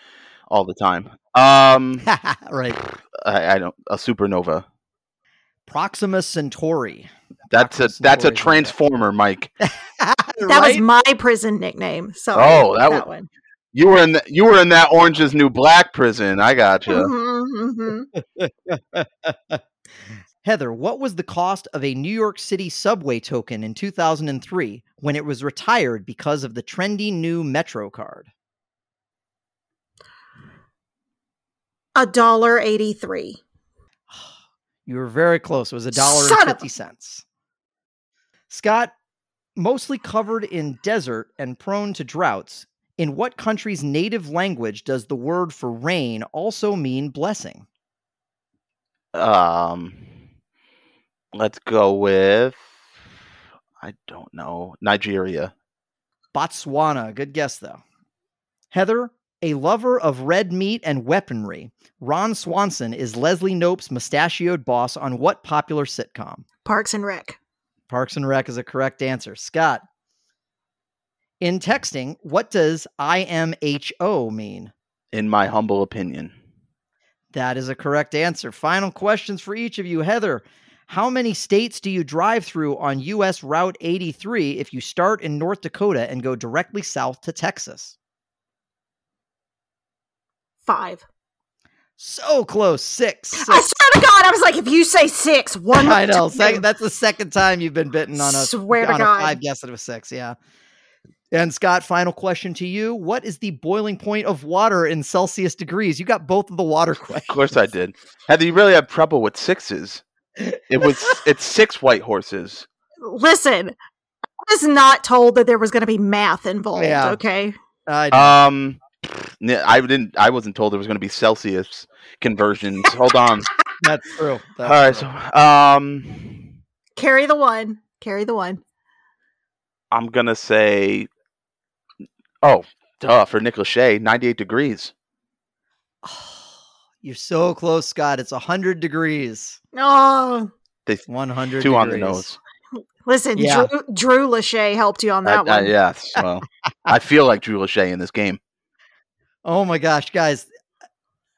all the time. Um,
right.
I, I don't a supernova.
Proxima Centauri. (laughs)
That's a
Doctor
that's a
Snorri, isn't it?
transformer, Mike.
(laughs) that was my prison nickname. So
Oh, that
that
wa-
(laughs)
one.
You were in th- you were in that Orange is New Black prison. I got you.
Mhm, mhm.
Heather, what was the cost of a New York City subway token in 2003 when it was retired because of the trendy new Metro card?
A dollar eighty-three.
(sighs) You were very close. It was a dollar
Son
and
of a-
fifty cents. Scott, mostly covered in desert and prone to droughts, in what country's native language does the word for rain also mean blessing? Mm-hmm.
Um, let's go with I don't know Nigeria.
Botswana. Good guess, though. Heather, a lover of red meat and weaponry, Ron Swanson is Leslie Nope's mustachioed boss on what popular sitcom?
Parks and Rec.
Parks and Rec is a correct answer. Scott, in texting, what does IMHO mean?
in my humble opinion.
That is a correct answer. Final questions for each of you. Heather, how many states do you drive through on US Route 83 if you start in North Dakota and go directly south to Texas?
Five.
So close. Six.
I
six.
swear to God, I was like, if you say six, one.
I know.
time.
Sec- that's the second time you've been bitten on a
Swear to
on
God.
a five guess out of a six. Yeah. And Scott, final question to you: What is the boiling point of water in Celsius degrees? You got both of the water (laughs) questions.
Of course I did. Heather, you really had trouble with sixes. It
(laughs)
was it's six white horses.
Listen, I was not told that there was going to be math involved.
Yeah.
Okay.
I
Um n- I didn't I wasn't told there was gonna be Celsius conversions. Hold on.
That's true.
All
(laughs) That's
right,
true.
so um
Carry the one. Carry the one.
I'm gonna say Oh, duh, for Nick Lachey, ninety eight degrees.
(sighs) You're so close, Scott. It's 100 degrees.
Oh,
100
Two on the
degrees.
nose.
listen,
Yeah.
Drew, Drew Lachey helped you on that
I- I-
one.
yeah, (laughs) well I feel like Drew Lachey in this game.
Oh my gosh, guys.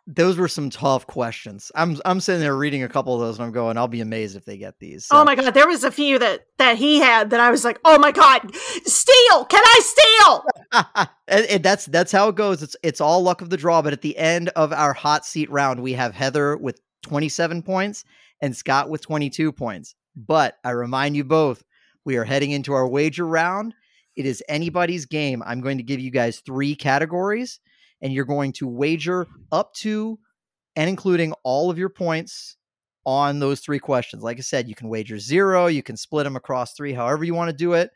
Those were some tough questions. I'm I'm sitting there reading a couple of those and I'm going, I'll be amazed if they get these.
Oh
So-
my God, there was a few that that he had that I was like, oh my God, steal! Can I steal?
(laughs) and, and that's that's how it goes. It's it's all luck of the draw, but at the end of our hot seat round, we have Heather with 27 points and Scott with 22 points. But I remind you both, we are heading into our wager round. It is anybody's game. I'm going to give you guys three categories and you're going to wager up to and including all of your points on those three questions. Like I said, you can wager 0, you can split them across 3, however you want to do it,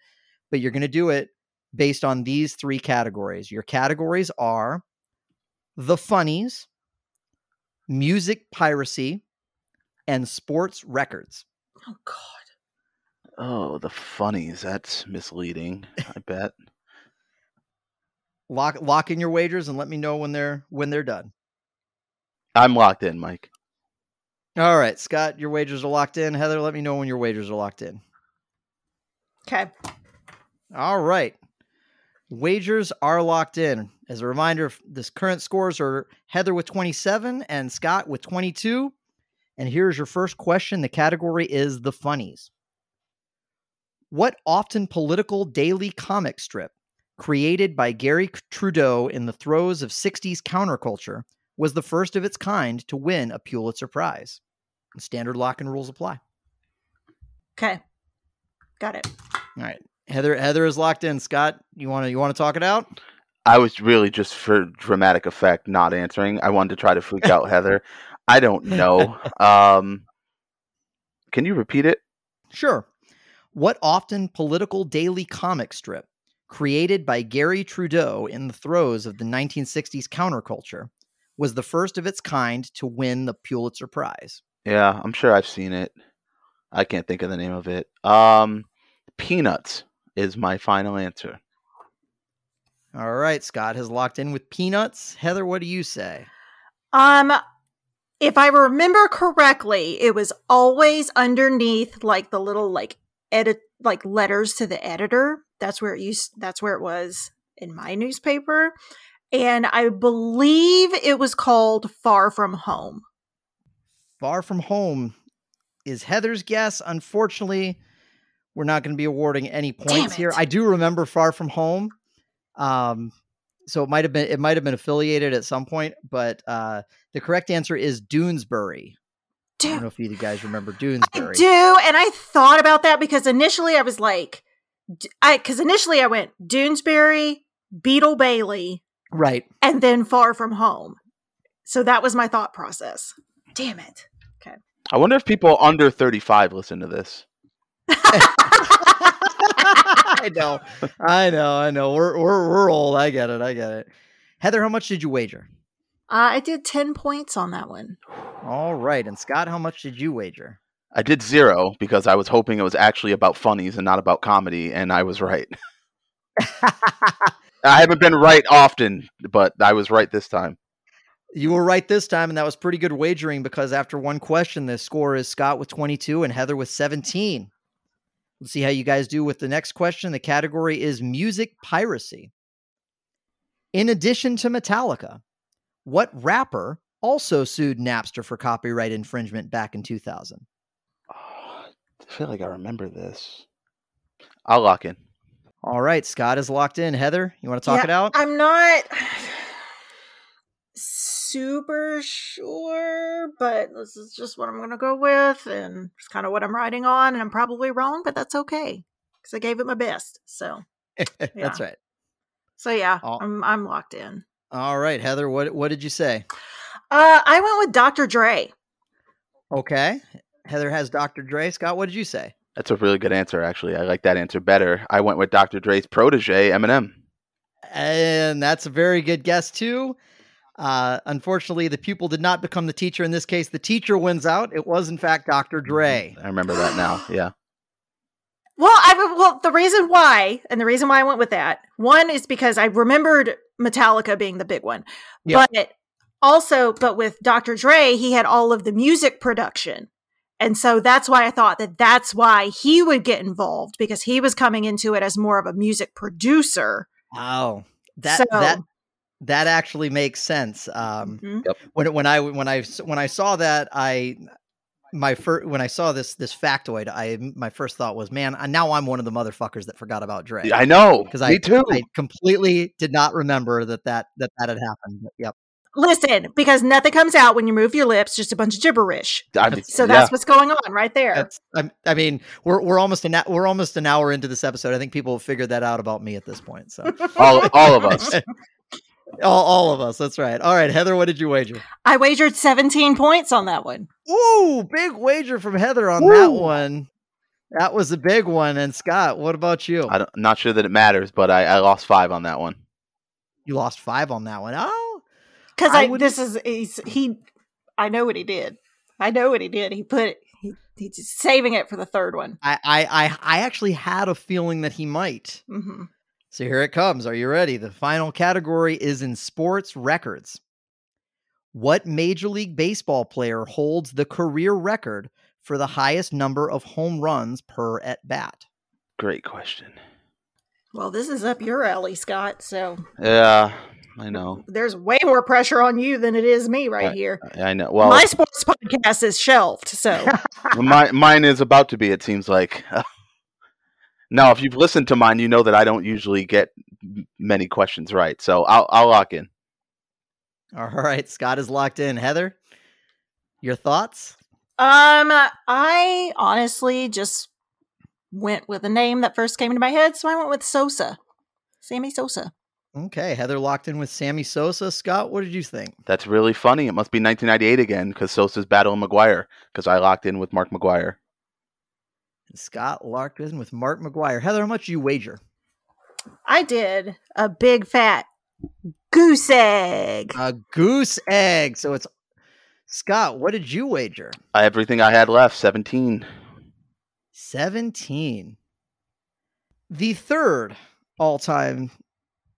but you're going to do it based on these three categories. Your categories are the funnies, music piracy, and sports records.
Oh God.
Oh, the funnies. That's misleading, (laughs) I bet.
Lock lock in your wagers and let me know when they're when they're done.
I'm locked in, Mike.
All right, Scott, your wagers are locked in. Heather, let me know when your wagers are locked in.
Okay.
All right. Wagers are locked in. As a reminder, f- this current scores are Heather with 27 and Scott with 22. And here's your first question. The category is the funnies. What often political daily comic strip created by Gary C- Trudeau in the throes of 60s counterculture was the first of its kind to win a Pulitzer Prize? Standard lock and rules apply.
Okay. Got it.
All right. Heather Heather is locked in. Scott, you want to you want to talk it out?
I was really just for dramatic effect not answering. I wanted to try to freak out Heather. I don't know. (laughs) Um, can you repeat it?
Sure. What often political daily comic strip created by Gary Trudeau in the throes of the 1960s counterculture was the first of its kind to win the Pulitzer Prize?
Yeah, I'm sure I've seen it. I can't think of the name of it. Um, Peanuts is my final answer.
All right, Scott has locked in with Peanuts. Heather, what do you say?
Um, if I remember correctly, it was always underneath like the little like edit like letters to the editor. That's where it used that's where it was in my newspaper. And I believe it was called Far From Home.
Far from home is Heather's guess. Unfortunately, we're not going to be awarding any points here.
it.
I do remember Far From Home. Um, so it might have been it might have been affiliated at some point, but uh, the correct answer is Doonesbury. I don't know
Dude,
if you guys remember
I
Doonesbury.
do. And I thought about that because initially I was like, d- I because initially I went Doonesbury, Beetle Bailey, (laughs)
Right.
and then Far From Home. So that was my thought process. Damn it.
I wonder if people under 35 listen to this.
I know. I know. I know. We're we're we're old. I get it. I get it. Heather, how much did you wager?
Uh, I did 10 points on that one.
All right. And Scott, how much did you wager? (laughs)
I did zero because I was hoping it was actually about funnies and not about comedy, and I was right. (laughs) I haven't been right often, but I was right this time.
You were right this time, and that was pretty good wagering because after one question, the score is Scott with 22 and Heather with 17. Let's see how you guys do with the next question. The category is music piracy. In addition to Metallica, what rapper also sued Napster for copyright infringement back in 2000?
I feel like I remember this. I'll lock in.
All right, Scott is locked in. Heather, you want to talk
Yeah,
it out? (laughs)
I'm not super sure, but this is just what I'm going to go with, and it's kind of what I'm riding on, and I'm probably wrong, but that's okay because I gave it my best. So, yeah.
That's right.
so yeah,
All-
I'm I'm locked in.
All right, Heather, what what did you say?
Uh, I went with Dr. Dre.
Okay. Heather has Dr. Dre. Scott, what did you say?
That's a really good answer, actually. I like that answer better. I went with Dr. Dre's protege, Eminem.
And that's a very good guess, too. Uh, unfortunately, the pupil did not become the teacher. In this case, the teacher wins out. It was, in fact, Dr. Dre.
I remember
(sighs)
that now. Yeah.
Well, I would- well the reason why, and the reason why I went with that one is because I remembered Metallica being the big one,
Yeah.
but also, but with Dr. Dre, he had all of the music production, and so that's why I thought that that's why he would get involved because he was coming into it as more of a music producer.
Wow. That,
So-
that, that actually makes sense. Um,
Mhm.
when when I when I when I saw that I my first when I saw this this factoid I my first thought was man I- now I'm one of the motherfuckers that forgot about Dre
I know.
because
Me
I
too.
I completely did not remember that that that that had happened But yep
Listen, because nothing comes out when you move your lips, just a bunch of gibberish.
(laughs)
I-
So
yeah.
that's what's going on right there.
that's I, I mean we're we're almost an hou- we're almost an hour into this episode I think people have figured that out about me at this point (laughs) so
all, all of us.
all, all of us that's right all right Heather what did you wager
I wagered 17 points on that one.
Ooh big wager from Heather on that one that was a big one and Scott what about you
I don't, am not sure that it matters, but I, I lost five on that one.
you lost five on that one. Oh,
Because
I
I,
would-
this is he's, he. I know what he did. I know what he did. He put he he's just saving it for the third one.
I, I, I, I actually had a feeling that he might.
hmm
So here it comes. Are you ready? The final category is in sports records. What Major League Baseball player holds the career record for the highest number of home runs per at bat?
Great question.
Well, this is up your alley, Scott. So
Yeah, I know.
there's way more pressure on you than it is me right
Right.
here.
I- I know. Well,
My (laughs) sports podcast is shelved.
(laughs)
So
my, mine is about to be, it seems like. (laughs) now, if you've listened to mine, you know that I don't usually get m- many questions right. So I'll, I'll lock in.
All right, Scott is locked in. Heather, your thoughts?
Um, I honestly just went with a name that first came into my head, so I went with Sosa, Sammy Sosa.
Okay, Heather locked in with Sammy Sosa. Scott, what did you think?
That's really funny. It must be 1998 again because Sosa's battling McGuire because I locked in with Mark McGuire.
Scott locked in with Mark McGuire. Heather, how much do you wager?
I did a big fat goose egg.
A goose egg. So it's Scott, what did you wager?
I, everything I had left, 17.
17. The third all time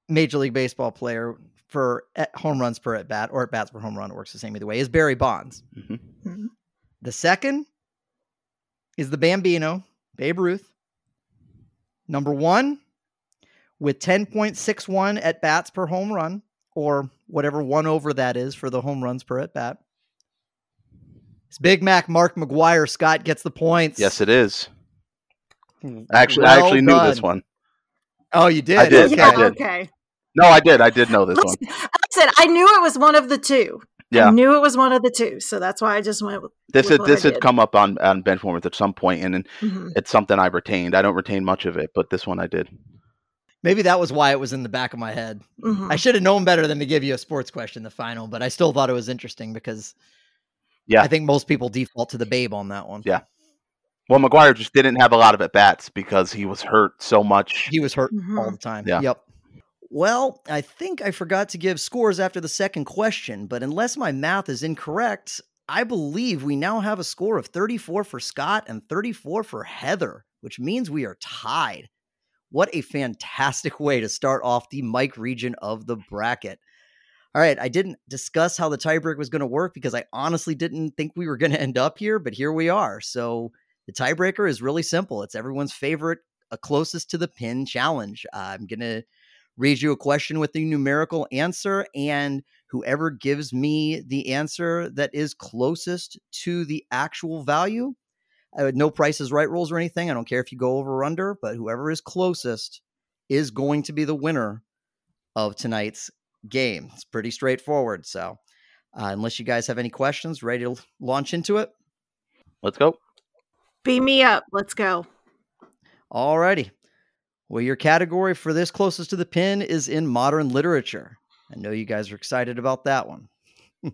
Major League Baseball player for at home runs per at bat, or at bats per home run, it works the same either way, is Barry Bonds.
Mhm.
The second is the Bambino, Babe Ruth. Number one, with 10.61 at bats per home run, or whatever one over that is for the home runs per at bat. It's Big Mac, Mark McGuire. Scott gets the points.
Yes, it is. Actually, I
Well
actually knew this
done.
one.
Oh, you did?
I did,
Okay.
I did.
okay.
No, I did. I did know this one.
Listen, I said I knew it was one of the two. I
Yeah,
knew it was one of the two, so that's why I just went with.
this
with
had
what
this
I
had
did.
come up on on Benchwarmers at some point, and
Mhm.
it's something I retained. I don't retain much of it, but this one I did.
Maybe that was why it was in the back of my head.
Mhm.
Hmm.
I should have known better than to give you a sports question, the final, but I still thought it was interesting because
Yeah.
I think most people default to the babe on that one.
Yeah. Well, McGuire just didn't have a lot of at bats because he was hurt so much.
He was hurt all
Mhm.
the time.
Yeah.
Mm-hmm. Yep. Well, I think I forgot to give scores after the second question, but unless my math is incorrect, I believe we now have a score of 34 for Scott and 34 for Heather, which means we are tied. What a fantastic way to start off the Mike region of the bracket. All right, I didn't discuss how the tiebreak was going to work because I honestly didn't think we were going to (laughs) end up here, but here we are. So the tiebreaker is really simple. It's everyone's favorite, a closest to the pin challenge. I'm going to read you a question with the numerical answer, and whoever gives me the answer that is closest to the actual value, uh, no price is right rules or anything. I don't care if you go over or under, but whoever is closest is going to be the winner of tonight's game. It's pretty straightforward. So, uh, unless you guys have any questions, ready to launch into it?
Let's go.
Beam me up. Let's go.
Alrighty. Well, your category for this closest to the pin is in modern literature. I know you guys are excited about that one. (laughs)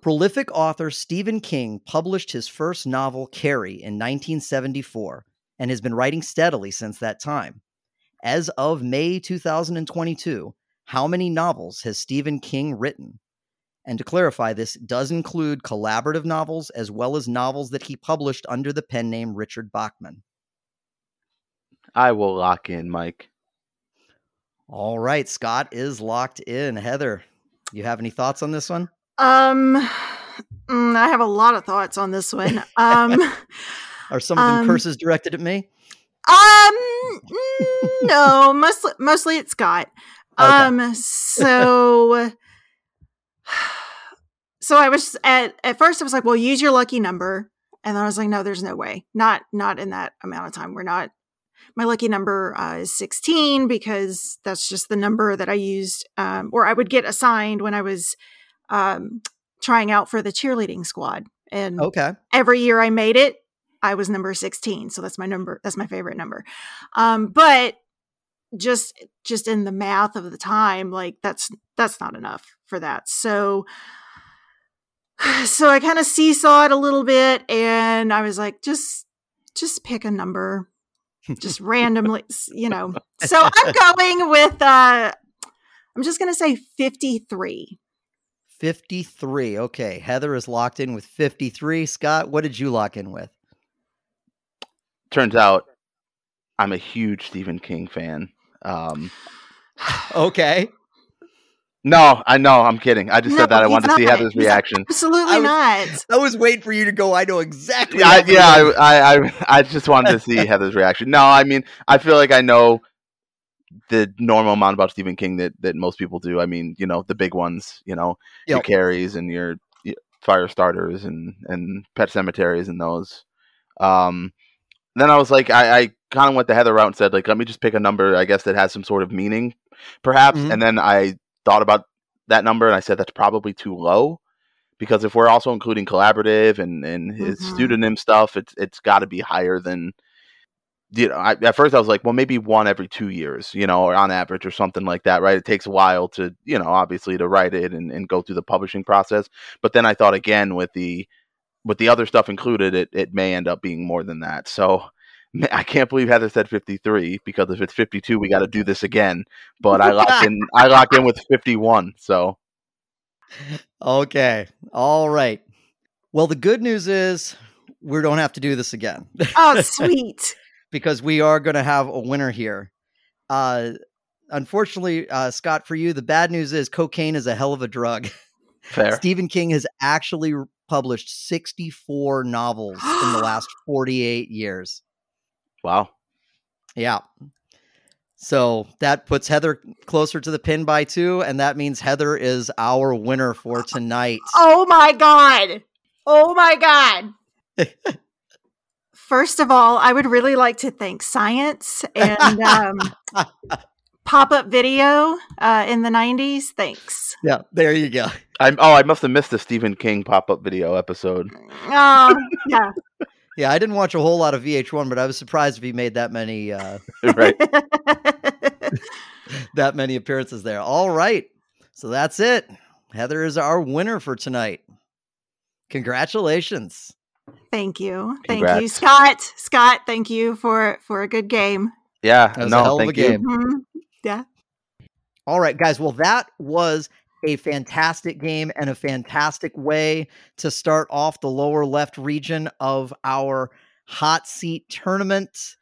Prolific author Stephen King published his first novel, Carrie, in 1974 and has been writing steadily since that time. As of May 2022, how many novels has Stephen King written? And to clarify, this does include collaborative novels as well as novels that he published under the pen name Richard Bachman.
I will lock in, Mike.
All right, Scott is locked in. Heather, you have any thoughts on this one?
Um, mm, I have a lot of thoughts on this
(laughs)
one. Um,
Are some of them
Um,
curses directed at me?
um, mm, no, mostly mostly it's Scott.
Okay.
Um, so, so I was at at first I was like, well, use your lucky number, and then I was like, no, there's no way, not not in that amount of time. We're not. My lucky number uh, is 16 because that's just the number that I used, um, or I would get assigned when I was um, trying out for the cheerleading squad. And
Okay.
every year I made it, I was number 16. So that's my number. That's my favorite number. Um, but just just in the math of the time, like that's that's not enough for that. So (sighs) so I kind of seesaw it a little bit, and I was like, just just pick a number,
(laughs)
just randomly, you know. So I'm going with uh, I'm just gonna say 53.
53. Okay. Heather is locked in with 53. Scott, what did you lock in with?
Turns out I'm a huge Stephen King fan. Um,
Okay.
no, I know. I'm kidding. I just
No,
said that. I
he's
wanted to see
not.
Heather's
He's
reaction.
Absolutely
I was-
not.
I was waiting for you to go. I know exactly.
Yeah, I,
how many
yeah,
of-
I, I, I- I just wanted to see Heather's reaction. No, I mean, I feel like I know the normal amount about Stephen King that, that most people do. I mean, you know, the big ones, you know, your
Yep.
carries and your, your fire starters and, and pet cemeteries and those. Um, then I was like, I, I kind of went the Heather route and said, like, let me just pick a number, I guess, that has some sort of meaning, perhaps.
Mhm.
And then I thought about that number and I said, that's probably too low because if we're also including collaborative and and his
Mhm.
pseudonym stuff, it's it's got to be higher than you know. I, at first, I was like, well, maybe one every two years, you know, or on average, or something like that, right? It takes a while to you know, obviously, to write it and, and go through the publishing process. But then I thought again with the with the other stuff included, it it may end up being more than that. So. (laughs) ma- I can't believe Heather said 53 because if it's 52, we got to do this again. But I locked in. I locked in with 51. So
Okay. All right. Well, the good news is we don't have to do this again. (laughs)
Oh, sweet.
because we are going to have a winner here. Uh, unfortunately, uh, Scott, for you, the bad news is cocaine is a hell of a drug.
fair.
Stephen King has actually r- published 64 novels in the last 48 years.
Wow.
Yeah. So that puts Heather closer to the pin by two, and that means Heather is our winner for tonight.
Oh my God. Oh my God. First of all, I would really like to thank science and
(laughs)
um, pop up video uh, in the 90s. Thanks.
Yeah, there you go.
I'm, oh, I must have missed the Stephen King pop up video episode. (laughs)
Oh, yeah.
Yeah, I didn't watch a whole lot of VH1, but I was surprised if he made that many uh,
right.
that many appearances there. All right. So that's it. Heather is our winner for tonight. Congratulations.
(laughs) thank you. Thank you,
Congrats.
Scott. Scott, thank you for, for a good game.
Yeah.
That was a
no,
hell of a
thank you.
game.
Mhm.
All right, guys. Well, that was a fantastic game and a fantastic way to start off the lower left region of our hot seat tournament.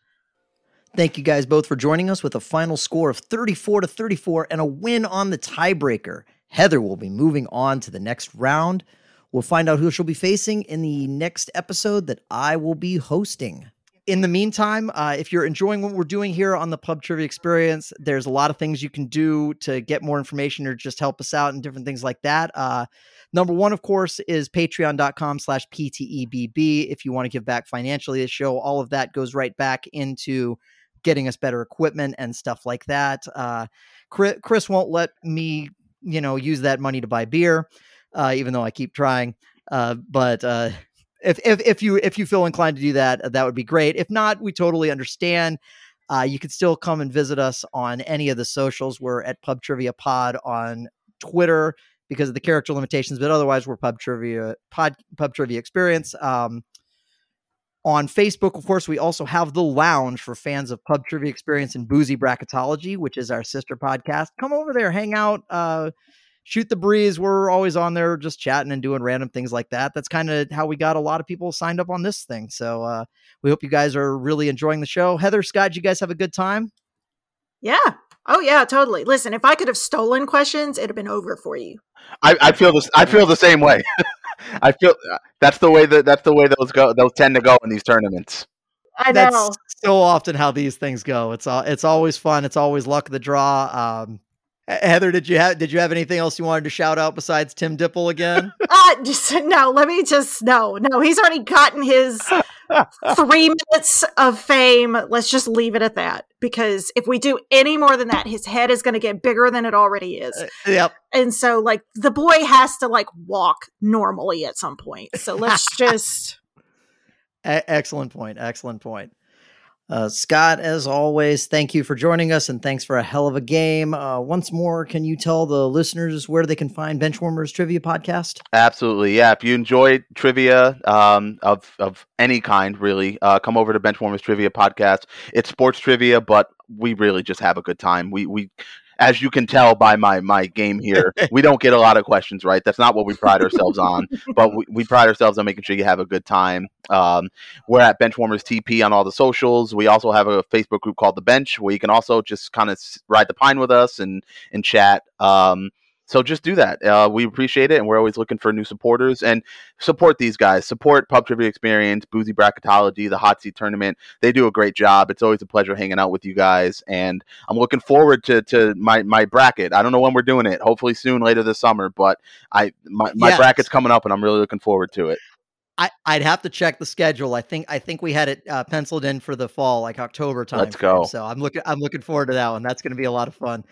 Thank you guys both for joining us with a final score of 34 to 34 and a win on the tiebreaker. Heather will be moving on to the next round. We'll find out who she'll be facing in the next episode that I will be hosting. In the meantime, uh, if you're enjoying what we're doing here on the Pub Trivia Experience, there's a lot of things you can do to get more information or just help us out and different things like that. Uh, Number one, of course, is patreon.com slash PTEBB. If you want to give back financially to the show, all of that goes right back into getting us better equipment and stuff like that. Uh, Chris, Chris won't let me, you know, use that money to buy beer, uh, even though I keep trying. Uh, but uh, if, if, if you if you feel inclined to do that, that would be great. If not, we totally understand. Uh, you can still come and visit us on any of the socials. We're at Pub Trivia Pod on Twitter, because of the character limitations, but otherwise we're pub trivia pod pub trivia experience. Um, on Facebook, of course, we also have the lounge for fans of pub trivia experience and boozy bracketology, which is our sister podcast. Come over there, hang out, uh, shoot the breeze. We're always on there just chatting and doing random things like that. That's kind of how we got a lot of people signed up on this thing. So uh, we hope you guys are really enjoying the show. Heather, Scott, you guys have a good time?
Yeah. Oh yeah, totally. Listen, if I could have stolen questions, it'd have been over for you.
I, I feel this. I feel the same way. (laughs) I feel that's the way that that's the way those go. Those tend to go in these tournaments.
I know.
that's so often how these things go. It's all it's always fun. It's always luck of the draw. Um, He- Heather, did you have did you have anything else you wanted to shout out besides Tim Dipple
(laughs)
again?
Uh, just, no, let me just no, no. He's already gotten his three minutes of fame. Let's just leave it at that because if we do any more than that, his head is going to get bigger than it already is.
Uh, yep.
And so, like, the boy has to like walk normally at some point. So let's just
E- excellent point. Excellent point. Uh, Scott, as always, thank you for joining us and thanks for a hell of a game. Uh, once more, can you tell the listeners where they can find Benchwarmers Trivia Podcast?
Absolutely, yeah. If you enjoy trivia um, of of any kind, really, uh, come over to Benchwarmers Trivia Podcast. It's sports trivia, but we really just have a good time. We we, as you can tell by my my game here, we don't get a lot of questions right. That's not what we pride ourselves on, but we, we pride ourselves on making sure you have a good time. Um, we're at Benchwarmers TP on all the socials. We also have a Facebook group called The Bench where you can also just kind of ride the pine with us and and chat. Um, so just do that. Uh, we appreciate it, and we're always looking for new supporters and support these guys. Support Pub Trivia Experience, Boozy Bracketology, the Hot Seat Tournament. They do a great job. It's always a pleasure hanging out with you guys, and I'm looking forward to to my my bracket. I don't know when we're doing it. Hopefully soon, later this summer. But I my, my
Yes.
bracket's coming up, and I'm really looking forward to it.
I, I'd have to check the schedule. I think I think we had it uh, penciled in for the fall, like October time.
Let's go.
So I'm looking I'm looking forward to that one. That's going to be a lot of fun.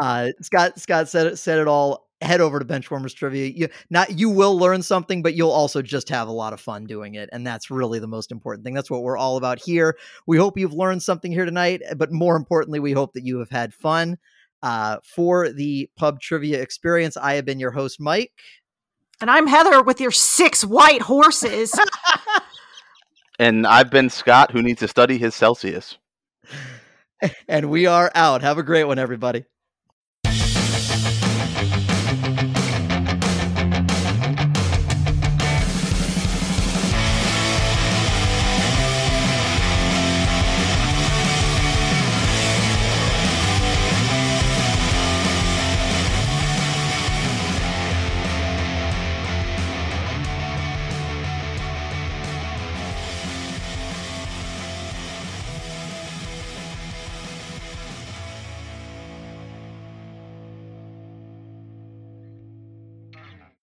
Uh, Scott Scott said it, said it all. Head over to Benchwarmers Trivia. You not you will learn something, but you'll also just have a lot of fun doing it, and that's really the most important thing. That's what we're all about here. We hope you've learned something here tonight, eh, but more importantly, we hope that you have had fun. Uh, for the pub trivia experience, I have been your host, Mike. (laughs)
and I'm Heather with your six white horses.
And I've been Scott, who needs to study his Celsius.
and we are out. Have a great one, everybody.